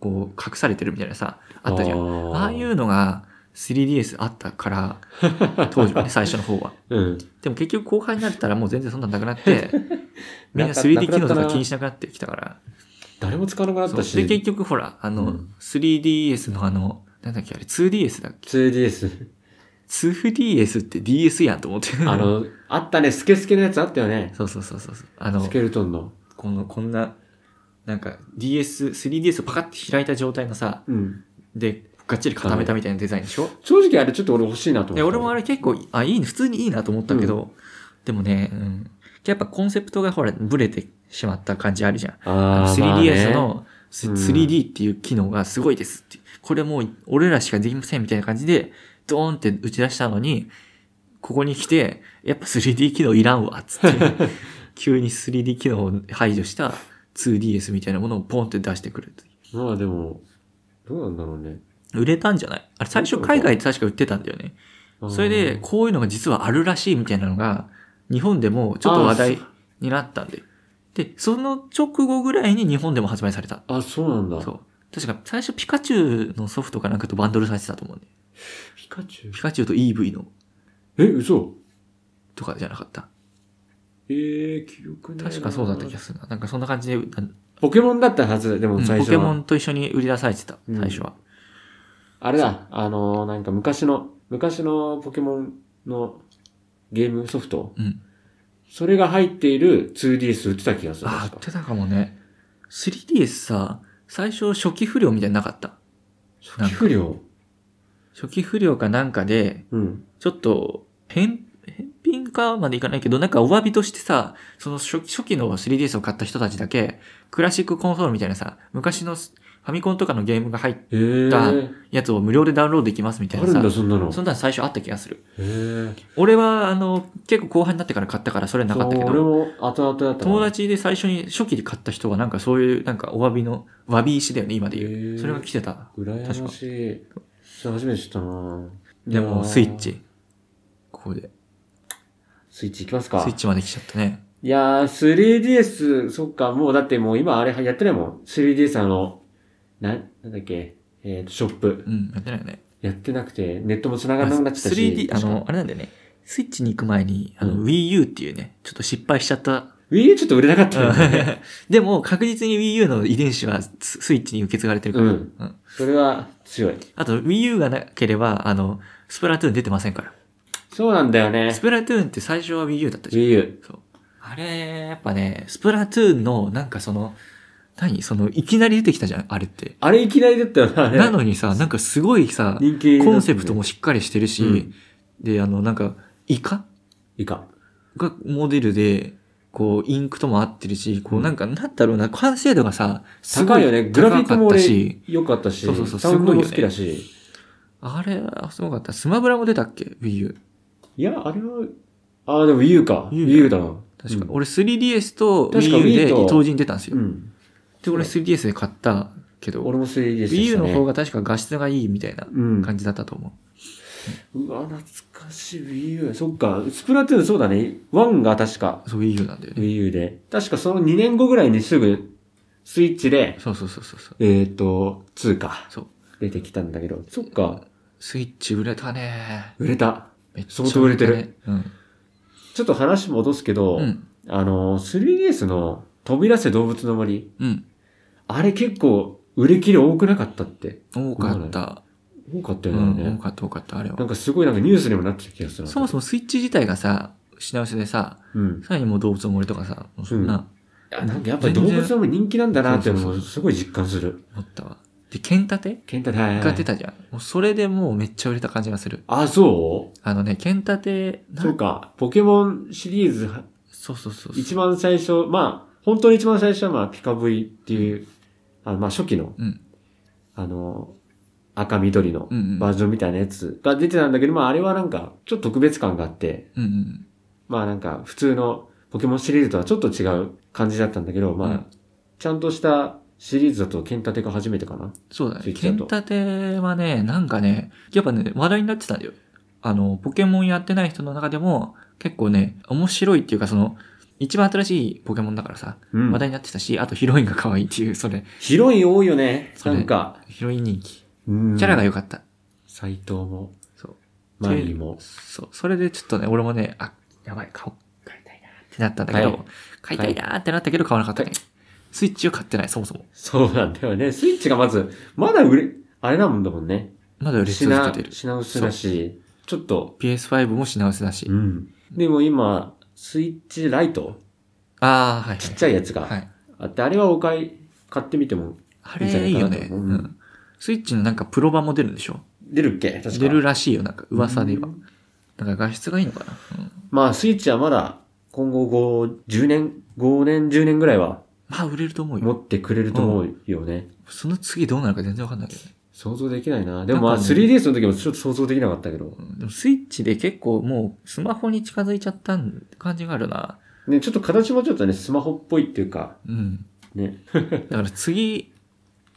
Speaker 2: こう隠されてるみたいなさ、あったじゃん。
Speaker 1: ん
Speaker 2: ああいうのが 3DS あった から、当時はね、最初の方は。
Speaker 1: うん。
Speaker 2: でも結局後半になったらもう全然そんなんなくな って、みんな 3D 機能とか気にしなくなってきたから。
Speaker 1: 誰も使わなくなっ
Speaker 2: そう
Speaker 1: た
Speaker 2: で、結
Speaker 1: し、
Speaker 2: 局ほら、あの、
Speaker 1: うん
Speaker 2: 3DS のあの、なんだっけあれ、2DS だっけ
Speaker 1: 2DS。
Speaker 2: 2DS って DS やんと思って。
Speaker 1: あ、の、あったね、スケスケのやつあったよね。
Speaker 2: そうそうそうそう。あの
Speaker 1: ス、ケルトンの。
Speaker 2: この、こんな、なんか DS、3DS をパカッて開いた状態のさ、
Speaker 1: うん。
Speaker 2: で、がっちり固めたみたいなデザインでしょ
Speaker 1: 正直あれちょっと俺欲しいなと思った。
Speaker 2: で、俺もあ
Speaker 1: れ。
Speaker 2: れ結構、あ、いいね、普通にいいなと思ったけど、でもね、うん。やっぱコンセプトがほら、ブレてしまった感じあるじゃん。
Speaker 1: あー、まあね
Speaker 2: 3DS。のす
Speaker 1: うん
Speaker 2: 3D っていう機能がすごいですって。これもう俺らしかできませんみたいな感じで、ドーンって打ち出したのに、ここに来て、やっぱ 3D 機能いらんわ、つって。 急に 3D 機能を排除した 2DS みたいなものをポンって出してくるっていう。
Speaker 1: まあでも、どうなんだろうね。
Speaker 2: 売れたんじゃないあれ最初海外で確か売ってたんだよね。それで、こういうのが実はあるらしいみたいなのが、日本でもちょっと話題になったんで。で、その直後ぐらいに日本でも発売された。
Speaker 1: あー、そうなんだ。
Speaker 2: そう。確か最初ピカチュウのソフトかなんかとバンドルされてたと思うんで。
Speaker 1: ピカチュウ
Speaker 2: ピカチュウと EV の
Speaker 1: え、嘘
Speaker 2: とかじゃなかった。
Speaker 1: ええ記憶ないな。
Speaker 2: 確かそうだった気がするな。なんかそんな感じで、うん
Speaker 1: ポケモンだったはず、でも最
Speaker 2: ポ
Speaker 1: 初
Speaker 2: ケ
Speaker 1: は。
Speaker 2: モンと一緒に売り出されてた、
Speaker 1: うん
Speaker 2: 最初は。
Speaker 1: あれだ、あのーなんか昔の、昔のポケモンのゲームソフト、
Speaker 2: うん。
Speaker 1: それが入っている 2DS 売ってた気がする。
Speaker 2: ああ、売
Speaker 1: 確
Speaker 2: っ
Speaker 1: か
Speaker 2: てたかもね。3DS さ、最初初期不良みたいになかった。
Speaker 1: 初期不良。
Speaker 2: 初期不良かなんかで、
Speaker 1: うん。
Speaker 2: ちょっと、返、返品かまでいかないけど、なんかお詫びとしてさ、その初初期の 3DS を買った人たちだけ、クラシックコンソールみたいなさ、昔のファミコンとかのゲームが入っ
Speaker 1: ええ
Speaker 2: だ
Speaker 1: ー。
Speaker 2: やつを無料でダウンロードできますみたい
Speaker 1: あ
Speaker 2: な
Speaker 1: るん
Speaker 2: さ
Speaker 1: だ、。そんなの。
Speaker 2: そ
Speaker 1: へ
Speaker 2: んなの最初あった気がする。
Speaker 1: えー。
Speaker 2: 俺は、あの、結構後半になってから買ったからそれな
Speaker 1: そう
Speaker 2: かったけ
Speaker 1: 俺
Speaker 2: ど、
Speaker 1: も後々だったな
Speaker 2: 友達で最初に初期で買った人はなんかそういう、なんかお詫びの、詫び石だよね、今で
Speaker 1: へ
Speaker 2: 言う。
Speaker 1: ー
Speaker 2: それが来てた。
Speaker 1: 羨ましい。それ初めて知ったな
Speaker 2: で
Speaker 1: いや
Speaker 2: も、
Speaker 1: ー
Speaker 2: スイッ。チ。ここで。
Speaker 1: スイッチ行きますか。
Speaker 2: スイッチまで来ちゃったね。
Speaker 1: いやー、3DS、そっか、もうだってもう今あれやってないもん。3DS あの、なん、なんだっけ、えっ、と、ショップ。
Speaker 2: うん、やってないよね。
Speaker 1: やってなくて、ネットも繋がらなくなっちゃったし。
Speaker 2: 3D、あ
Speaker 1: 確か
Speaker 2: の、あれなんだよね。スイッチに行く前に、あの、
Speaker 1: うん
Speaker 2: Wii U っていうね、ちょっと失敗しちゃった。
Speaker 1: Wii U ちょっと売れなかったよね。
Speaker 2: でも、確実に Wii U の遺伝子はススイッチに受け継がれてるか
Speaker 1: う
Speaker 2: ら。
Speaker 1: ん。
Speaker 2: うん
Speaker 1: それは強い。
Speaker 2: あと Wii U がなければ、あの、スプラトゥーン出てませんから。
Speaker 1: そうなんだよね
Speaker 2: ス。プラトゥーンって最初は Wii U だったじゃん。
Speaker 1: Wii U。
Speaker 2: そう。あれ、やっぱね、スプラトゥーンの、なんかその、何その、いきなり出てきたじゃん、あれって。
Speaker 1: あれいきなりだったよな、あれ。
Speaker 2: なのにさ、なんかすごいさ、
Speaker 1: 人気、
Speaker 2: コンセプト。もしっかりしてるし、
Speaker 1: うん
Speaker 2: で、あの、なんか、イカ
Speaker 1: いいか。
Speaker 2: がモデルで、こう、インクとも合ってるし、こ
Speaker 1: う
Speaker 2: う、
Speaker 1: ん
Speaker 2: なんか、なんだろうな、完成度がさ、すご
Speaker 1: 高いよね。グラフィックも
Speaker 2: 高かった
Speaker 1: 俺
Speaker 2: し、、
Speaker 1: 良かったし、
Speaker 2: そうそうそう
Speaker 1: サウンドも好
Speaker 2: すご
Speaker 1: き
Speaker 2: いよね
Speaker 1: だし。
Speaker 2: あれ、すごかった。スマブラも出たっけ ?Wii U。
Speaker 1: いや、あれは、ああ、でも Wii U か。
Speaker 2: Wii U
Speaker 1: Wii U だな。
Speaker 2: 確か、
Speaker 1: うん
Speaker 2: 俺 3DS と
Speaker 1: 確か
Speaker 2: Wii U で
Speaker 1: Wii と
Speaker 2: 当時に出たんですよ。
Speaker 1: うん。
Speaker 2: で、俺 3DS で買ったけど、
Speaker 1: 俺も 3DS でした、ね。
Speaker 2: Wii U の方が確か画質がいいみたいな
Speaker 1: うん。
Speaker 2: 感じだったと思
Speaker 1: うわ、懐かしい Wii U。そっか、スプラトゥーンそうだね。1が確か
Speaker 2: う。そう、Wii U なんだよね。
Speaker 1: Wii U で。確かその2年後ぐらいにすぐ、スイッチで、
Speaker 2: そうそうそうそうそう。
Speaker 1: えっ、ー、と、2か。
Speaker 2: そう。
Speaker 1: 出てきたんだけど。そっか、
Speaker 2: スイッチ売れたね。
Speaker 1: 売れた。
Speaker 2: めっちゃ
Speaker 1: 相当売れてる
Speaker 2: たね。
Speaker 1: ちょっと話戻すけど、
Speaker 2: うん。うん。
Speaker 1: あの、3DS の飛び出せ動物の森。
Speaker 2: うん。
Speaker 1: あれ結構売れ切れ多くなかったって。
Speaker 2: 多かった。
Speaker 1: 多かった
Speaker 2: う
Speaker 1: よね。あれ
Speaker 2: ん、多
Speaker 1: ね
Speaker 2: かった、多かった、あれ
Speaker 1: な
Speaker 2: は。
Speaker 1: んかすごいなんかニュースにもなってた気がする。
Speaker 2: そもそもスイッチ自体がさ、品薄でさ、
Speaker 1: も。うん。
Speaker 2: さらにもう動物の森とかさ、そんな、
Speaker 1: いやなんかやっぱり動物の森人気なんだなっていうの
Speaker 2: 全
Speaker 1: も
Speaker 2: 然
Speaker 1: すごい実感する。
Speaker 2: 思ったわ。で、剣立て
Speaker 1: ケンタ大
Speaker 2: が出たじゃん。もうそれでもうめっちゃ売れた感じがする。
Speaker 1: あ、そ
Speaker 2: あのね、剣立て、
Speaker 1: う
Speaker 2: な
Speaker 1: そうか。ポケモンシリーズは
Speaker 2: そうそうそうそう。
Speaker 1: 一番最初、まあ、本当に一番最初はまあ、ピカブイっていう、あのまあ初期の、
Speaker 2: うん
Speaker 1: あの、赤緑の
Speaker 2: うんうん
Speaker 1: バージョンみたいなやつが出てたんだけど、まああれはなんかちょっと特別感があって、
Speaker 2: うんうん。
Speaker 1: まあなんか普通のポケモンシリーズとはちょっと違う感じだったんだけど、まあ、
Speaker 2: うん
Speaker 1: ちゃんとしたシリーズだと剣立てが初めてかな。
Speaker 2: そうだ
Speaker 1: スイ
Speaker 2: ね。
Speaker 1: ッチだ
Speaker 2: 剣
Speaker 1: と
Speaker 2: 立てはね、なんかね、やっぱね、話題になってたんだよ。あの、ポケモンやってない人の中でも、結構ね、面白いっていうか、その、一番新しいポケモンだからさ、
Speaker 1: うん
Speaker 2: 話題になってたし、あとヒロインが可愛いっていう、それ、
Speaker 1: ヒロイン多いよね。
Speaker 2: そ
Speaker 1: な
Speaker 2: れ
Speaker 1: んか。
Speaker 2: ヒロイン人気。
Speaker 1: キ
Speaker 2: キャ
Speaker 1: ャ
Speaker 2: ラが良かった。
Speaker 1: 斎藤も、
Speaker 2: そう。
Speaker 1: マリーも。
Speaker 2: そう。それでちょっとね、俺もね、あ、やばい、顔、買いたいなってなったんだけど、
Speaker 1: はい
Speaker 2: 買いたいなってなったけど買わなかったね。スイッチを買ってない、そもそも。
Speaker 1: そうなんだよね。スイッチがまず、まだ売れ、あれなもんだもんね。
Speaker 2: まだ売れ続け
Speaker 1: 品
Speaker 2: てる、。
Speaker 1: 品薄だし、ちょっと、
Speaker 2: PS5 も品薄だし。
Speaker 1: うん。でも今、スイッチライト
Speaker 2: ああ、はい、はい。
Speaker 1: ちっちゃいやつ
Speaker 2: は
Speaker 1: が
Speaker 2: い。
Speaker 1: あって、あれはお買い、買ってみても
Speaker 2: あれいいよね。
Speaker 1: う
Speaker 2: うんん。スイッチのなんかプロ版も出るんでしょ
Speaker 1: 出るっけ確か
Speaker 2: 出るらしいよ、なんか噂では
Speaker 1: うん。
Speaker 2: だから画質がいいのかな。うん
Speaker 1: まあ、スイッチはまだ、今後5、10年、5年、10年ぐらいは
Speaker 2: まあ売れると思う
Speaker 1: 持
Speaker 2: よ。
Speaker 1: ってくれると思うよね。
Speaker 2: その次どうなるか全然わかんないけどね。
Speaker 1: 想像できないな。でもまあ、
Speaker 2: なんかね
Speaker 1: 3DS の時もちょっと想像できなかったけど。
Speaker 2: うんでもスイッチで結構もうスマホに近づいちゃった感じがあるな。
Speaker 1: ね、ちょっと形もちょっとね、スマホっぽいっていうか、
Speaker 2: うん。
Speaker 1: ね。
Speaker 2: だから次、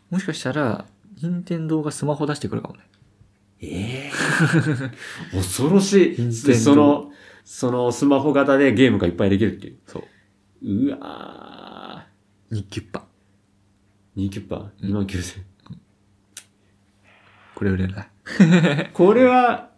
Speaker 2: もしかしたら、任天堂がスマホ出してくるかもね。
Speaker 1: ええ恐ろしい。
Speaker 2: 任天堂
Speaker 1: でその、そのスマホ型でゲームがいっぱいできるっていう。
Speaker 2: そう。
Speaker 1: うわ
Speaker 2: 日給っぱ。
Speaker 1: ー。2キュッパー、2万9000。
Speaker 2: これ売れない。
Speaker 1: これは、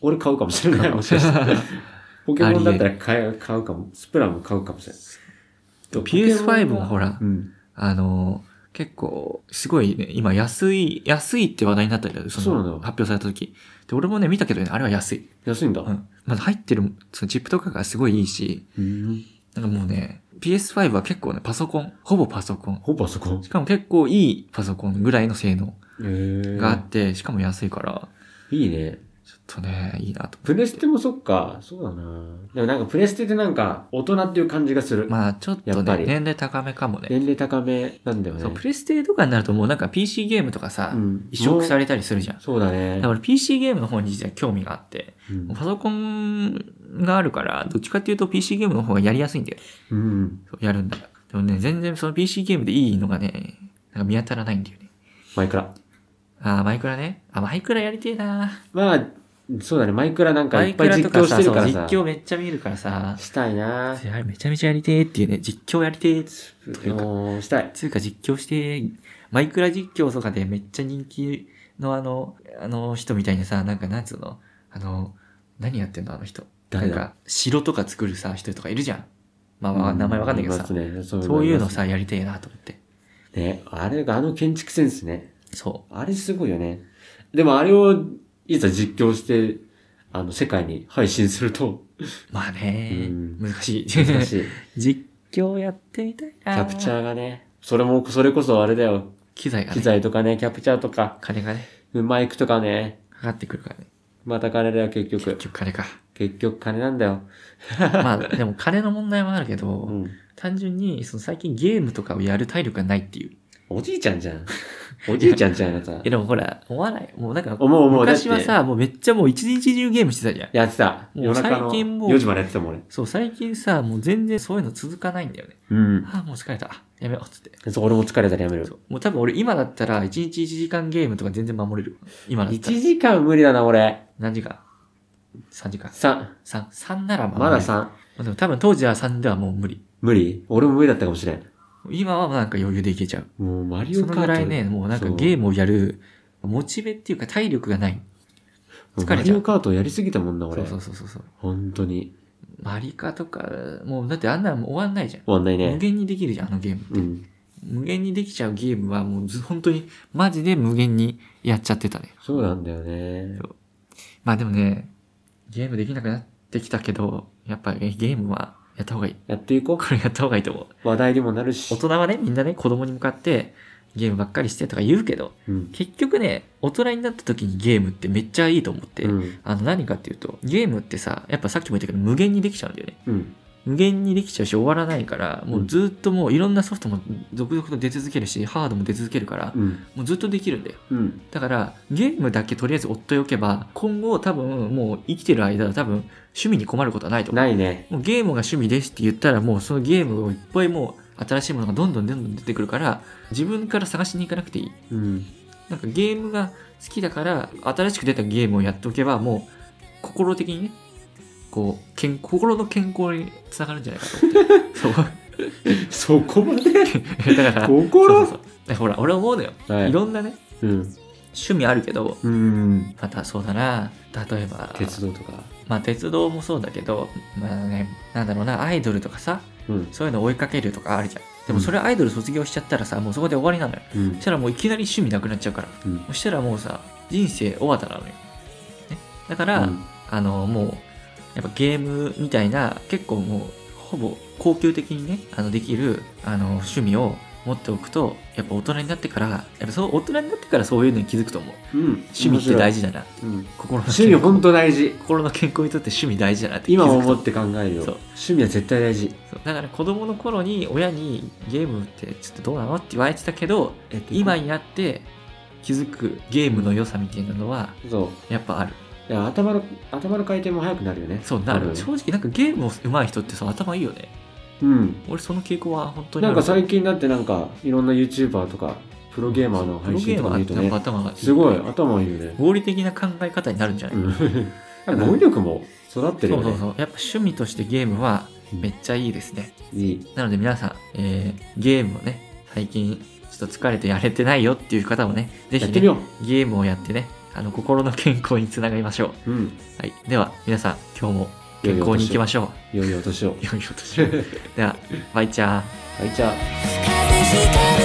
Speaker 1: 俺買うかもしれ ない。もしかしたら。 ポケモンだったら買う買うかも。スプラも買うかもしれない。
Speaker 2: PS5 もほ
Speaker 1: ら。
Speaker 2: ら
Speaker 1: う、ん。
Speaker 2: あのー、結構、すごいね、今安い、安いって話題になったんだよ、
Speaker 1: そう
Speaker 2: そ
Speaker 1: な
Speaker 2: の
Speaker 1: の
Speaker 2: 発表された時。で、俺もね、見たけどね、あれは安い。
Speaker 1: 安いんだ。
Speaker 2: うん。まず入ってる、そのチップとかがすごいいいし、
Speaker 1: うん。
Speaker 2: なんかもうね、PS5 は結構ね、パソコン、ほぼパソコン。
Speaker 1: ほぼあそこ。
Speaker 2: しかも結構いいパソコンぐらいの性能
Speaker 1: へー
Speaker 2: があって、しかも安いから、
Speaker 1: いいね。
Speaker 2: ちょっとね、いいなと。
Speaker 1: プレステもそっか。そうだな。でもなんかプレステってなんか大人っていう感じがする。
Speaker 2: まあ、ちょっ
Speaker 1: や
Speaker 2: と
Speaker 1: っぱ
Speaker 2: ね、
Speaker 1: り
Speaker 2: 年齢高めかもね。
Speaker 1: 年齢高めなんだよね。
Speaker 2: そう、プレステとかになるともうなんか PC ゲームとかさ、
Speaker 1: うん
Speaker 2: 移植されたりするじゃん。
Speaker 1: そうだね
Speaker 2: だか。ら PC ゲームの方に実は興味があって、
Speaker 1: うん
Speaker 2: パソコンがあるから、どっちかっていうと PC ゲームの方がやりやすいんだよ。
Speaker 1: うん。
Speaker 2: そうやるんだから。でもね、全然その PC ゲームでいいのがね、なんか見当たらないんだよね。
Speaker 1: マイクラ。
Speaker 2: あー、マイクラね。あ、マイクラやりてえな
Speaker 1: まあ、そうだね。マイクラなんか
Speaker 2: マ
Speaker 1: いっ
Speaker 2: イ
Speaker 1: ぱ
Speaker 2: ク
Speaker 1: い
Speaker 2: ラ
Speaker 1: 実
Speaker 2: とか
Speaker 1: 況し
Speaker 2: さ、
Speaker 1: て
Speaker 2: そ
Speaker 1: るか
Speaker 2: う
Speaker 1: ら
Speaker 2: 実
Speaker 1: さ。
Speaker 2: 況めっちゃ見るからさ、
Speaker 1: したいな。
Speaker 2: あれめちゃめちゃやりてえっていうね、実況やりてえっつというか
Speaker 1: もうしたい。
Speaker 2: つうか実況して、マイクラ実況とかでめっちゃ人気のあの、あの人みたいにさ、なんかなんつうのあの、何やってんのあの人。
Speaker 1: 誰だ
Speaker 2: なんか、城とか作るさ、人とかいるじゃん。まあまあ、名前わかんないけどさ、
Speaker 1: ますねそう
Speaker 2: そういうの
Speaker 1: ます
Speaker 2: さ、やりてえなと思って。
Speaker 1: ね。あれが、あの建築センスね。
Speaker 2: そ
Speaker 1: あれすごいよね。でもあれを、いざ実況して、あの、世界に配信する と、
Speaker 2: う。まあね、
Speaker 1: うん
Speaker 2: 難しい。
Speaker 1: 難しい。
Speaker 2: 実況やってみたい
Speaker 1: キ
Speaker 2: な。
Speaker 1: ャプチャーがね、それも、それこそあれだよ。
Speaker 2: 機材が
Speaker 1: 機
Speaker 2: ね、
Speaker 1: 材とかね、キャプチャーとか、
Speaker 2: 金がね、
Speaker 1: マイクとかね、
Speaker 2: かかってくるからね。
Speaker 1: また金だよ、結局
Speaker 2: 結。局金か。
Speaker 1: 結局金なんだよ。
Speaker 2: まあ、でも金の問題もあるけど、
Speaker 1: うん。
Speaker 2: 単純に、その最近ゲームとかをやる体力がないっていう。
Speaker 1: おじいちゃんじゃん。 おじいちゃんじゃん、あなた。
Speaker 2: え、でもほら、お笑い、もうなんか、
Speaker 1: 思う思う。
Speaker 2: 昔は
Speaker 1: だっ
Speaker 2: さ、もうめっちゃもう一日中ゲームしてたじゃん。
Speaker 1: て、やってた。
Speaker 2: もう
Speaker 1: 夜中の
Speaker 2: 最近もう
Speaker 1: 4時までやってたもん、俺。
Speaker 2: そう、最近さ、もう全然そういうの続かないんだよね。
Speaker 1: うん。
Speaker 2: ああ、もう疲れた。あやめよう、つって。
Speaker 1: そう俺も疲れたらやめる
Speaker 2: そ。うもう多分俺今だったら、1日1時間ゲームとか全然守れる。今だっ
Speaker 1: 1
Speaker 2: たら。
Speaker 1: 時間無理だな、俺。
Speaker 2: 何時間 ?3 時間。
Speaker 1: 3。
Speaker 2: 3、3ならまあ
Speaker 1: まだ。3。
Speaker 2: でも多分当時は3ではもう無理。
Speaker 1: 無理俺も無理だったかもしれん。
Speaker 2: 今はなんか余裕でいけちゃう。
Speaker 1: もうマリオ
Speaker 2: そ
Speaker 1: カー
Speaker 2: の
Speaker 1: ト。
Speaker 2: ぐらいね、もうなんかゲームをやる、モチベっていうか体力がない。
Speaker 1: もう
Speaker 2: 疲れちゃう
Speaker 1: マリオカートやりすぎたもんな、
Speaker 2: そ
Speaker 1: 俺
Speaker 2: う。そうそうそうそう。
Speaker 1: 本当に。
Speaker 2: マリカとか、もうだってあんなのもう終わんないじゃん。
Speaker 1: 終わんない
Speaker 2: 無
Speaker 1: ね。
Speaker 2: 限にできるじゃん、あのゲーム。
Speaker 1: うん。
Speaker 2: 無限にできちゃうゲームはもうず本当に、マジで無限にやっちゃってたね。
Speaker 1: そうなんだよね。
Speaker 2: まあでもね、ゲームできなくなってきたけど、やっぱりゲームはやった方がいい。
Speaker 1: やっていこ
Speaker 2: これやった方がいいと思う。
Speaker 1: う。話題にもなるし
Speaker 2: 大。人はね、みんなね、子供に向かってゲームばっかりしてとか言うけど、
Speaker 1: うん。
Speaker 2: 結局ね、大人になった時にゲームってめっちゃいいと思って、
Speaker 1: うん。
Speaker 2: あの何かっていうと、ゲームってさ、やっぱさっきも言ったけど、無限にできちゃうんだよね。
Speaker 1: うん。
Speaker 2: 無限にできちゃうし、終わらないから、もうずっともういろんなソフトも続々と出続けるし、ハードも出続けるから、
Speaker 1: うん。
Speaker 2: もうずっとできるんだよ。
Speaker 1: うん。
Speaker 2: だから、ゲームだけとりあえず追っておけば、今後多分もう生きてる間は多分趣味に困ることはないと思う。
Speaker 1: ないね。
Speaker 2: もうゲームが趣味ですって言ったらもうそのゲームをいっぱいもう新しいものがどんどんどんどん出てくるから、自分から探しに行かなくていい。
Speaker 1: うん。
Speaker 2: なんかゲームが好きだから、新しく出たゲームをやっておけば、もう心的にね、こう、健心の健康につながるんじゃないかと思って。そ
Speaker 1: そ
Speaker 2: う。
Speaker 1: こま で
Speaker 2: だから、そう
Speaker 1: 心
Speaker 2: そうそうほら、俺思うのよ。
Speaker 1: はい
Speaker 2: いろんなね、
Speaker 1: うん。
Speaker 2: 趣味あるけど、
Speaker 1: うん。
Speaker 2: またそうだな例えば
Speaker 1: 鉄道とか。
Speaker 2: まあ、鉄道もそうだけど、まあね、なんだろうなアイドルとかさ
Speaker 1: うん。
Speaker 2: そういうの追いかけるとかあるじゃんでもそれアイドル卒業しちゃったらさもうそこで終わりなのよ
Speaker 1: うん
Speaker 2: そし。たらもういきなり趣味なくなっちゃうから
Speaker 1: うん
Speaker 2: そしたらもうさ人生終わったなのよ、ね、だから、
Speaker 1: うん
Speaker 2: あのもうやっぱゲームみたいな結構もうほぼ恒久的にねあのできるあの趣味を持っておくとやっぱ大人になってからやっぱそう大人になってからそういうのに気づくと思う
Speaker 1: うん。
Speaker 2: 趣味って大
Speaker 1: 事。
Speaker 2: 事だな
Speaker 1: うん。
Speaker 2: 心の
Speaker 1: 趣味本当大事。
Speaker 2: 心の健康にとって趣味大事だなって気づく
Speaker 1: 今
Speaker 2: と
Speaker 1: 思って考えるよ。
Speaker 2: そう
Speaker 1: 趣味は絶対大事。
Speaker 2: そうだから子供の頃に親にゲームってちょっとどうなのって言われてたけど今になって気づくゲームの良さみたいなのは
Speaker 1: そう。
Speaker 2: やっぱある
Speaker 1: いや頭の、頭の回転も速くなるよね。
Speaker 2: そうな
Speaker 1: 多
Speaker 2: る
Speaker 1: 分
Speaker 2: 正直なんかゲーム上手い人ってさ頭いいよね
Speaker 1: うん。
Speaker 2: 俺その傾向は本当にあ
Speaker 1: なん
Speaker 2: る
Speaker 1: か最近だってなんか、いろんな YouTuber とか、プロゲーマーの配信とか見る
Speaker 2: プ
Speaker 1: と
Speaker 2: ロゲーマー
Speaker 1: ね
Speaker 2: っ、てなんか頭が
Speaker 1: すごい頭いいよね。
Speaker 2: 合理的な考え方になるんじ ゃない、
Speaker 1: うん。なんか語彙力も育ってる
Speaker 2: そ
Speaker 1: よ
Speaker 2: う
Speaker 1: ね。
Speaker 2: そうそうやっぱ趣味としてゲームはめっちゃいいですね、
Speaker 1: いい。
Speaker 2: なので皆さん、えーゲームをね、最近ちょっと疲れてやれてないよっていう方もね、ぜ
Speaker 1: やっ
Speaker 2: ひ
Speaker 1: て
Speaker 2: ね、
Speaker 1: みよ
Speaker 2: ゲームをやってね、あの、心の健康につながりましょう。
Speaker 1: う。うん。
Speaker 2: はい。では、皆さん、今日も健康に行きましょ
Speaker 1: いよいよ年を。
Speaker 2: う。よいお年を。では、バイチャー。
Speaker 1: はい、じゃあ。
Speaker 3: 風邪ひかない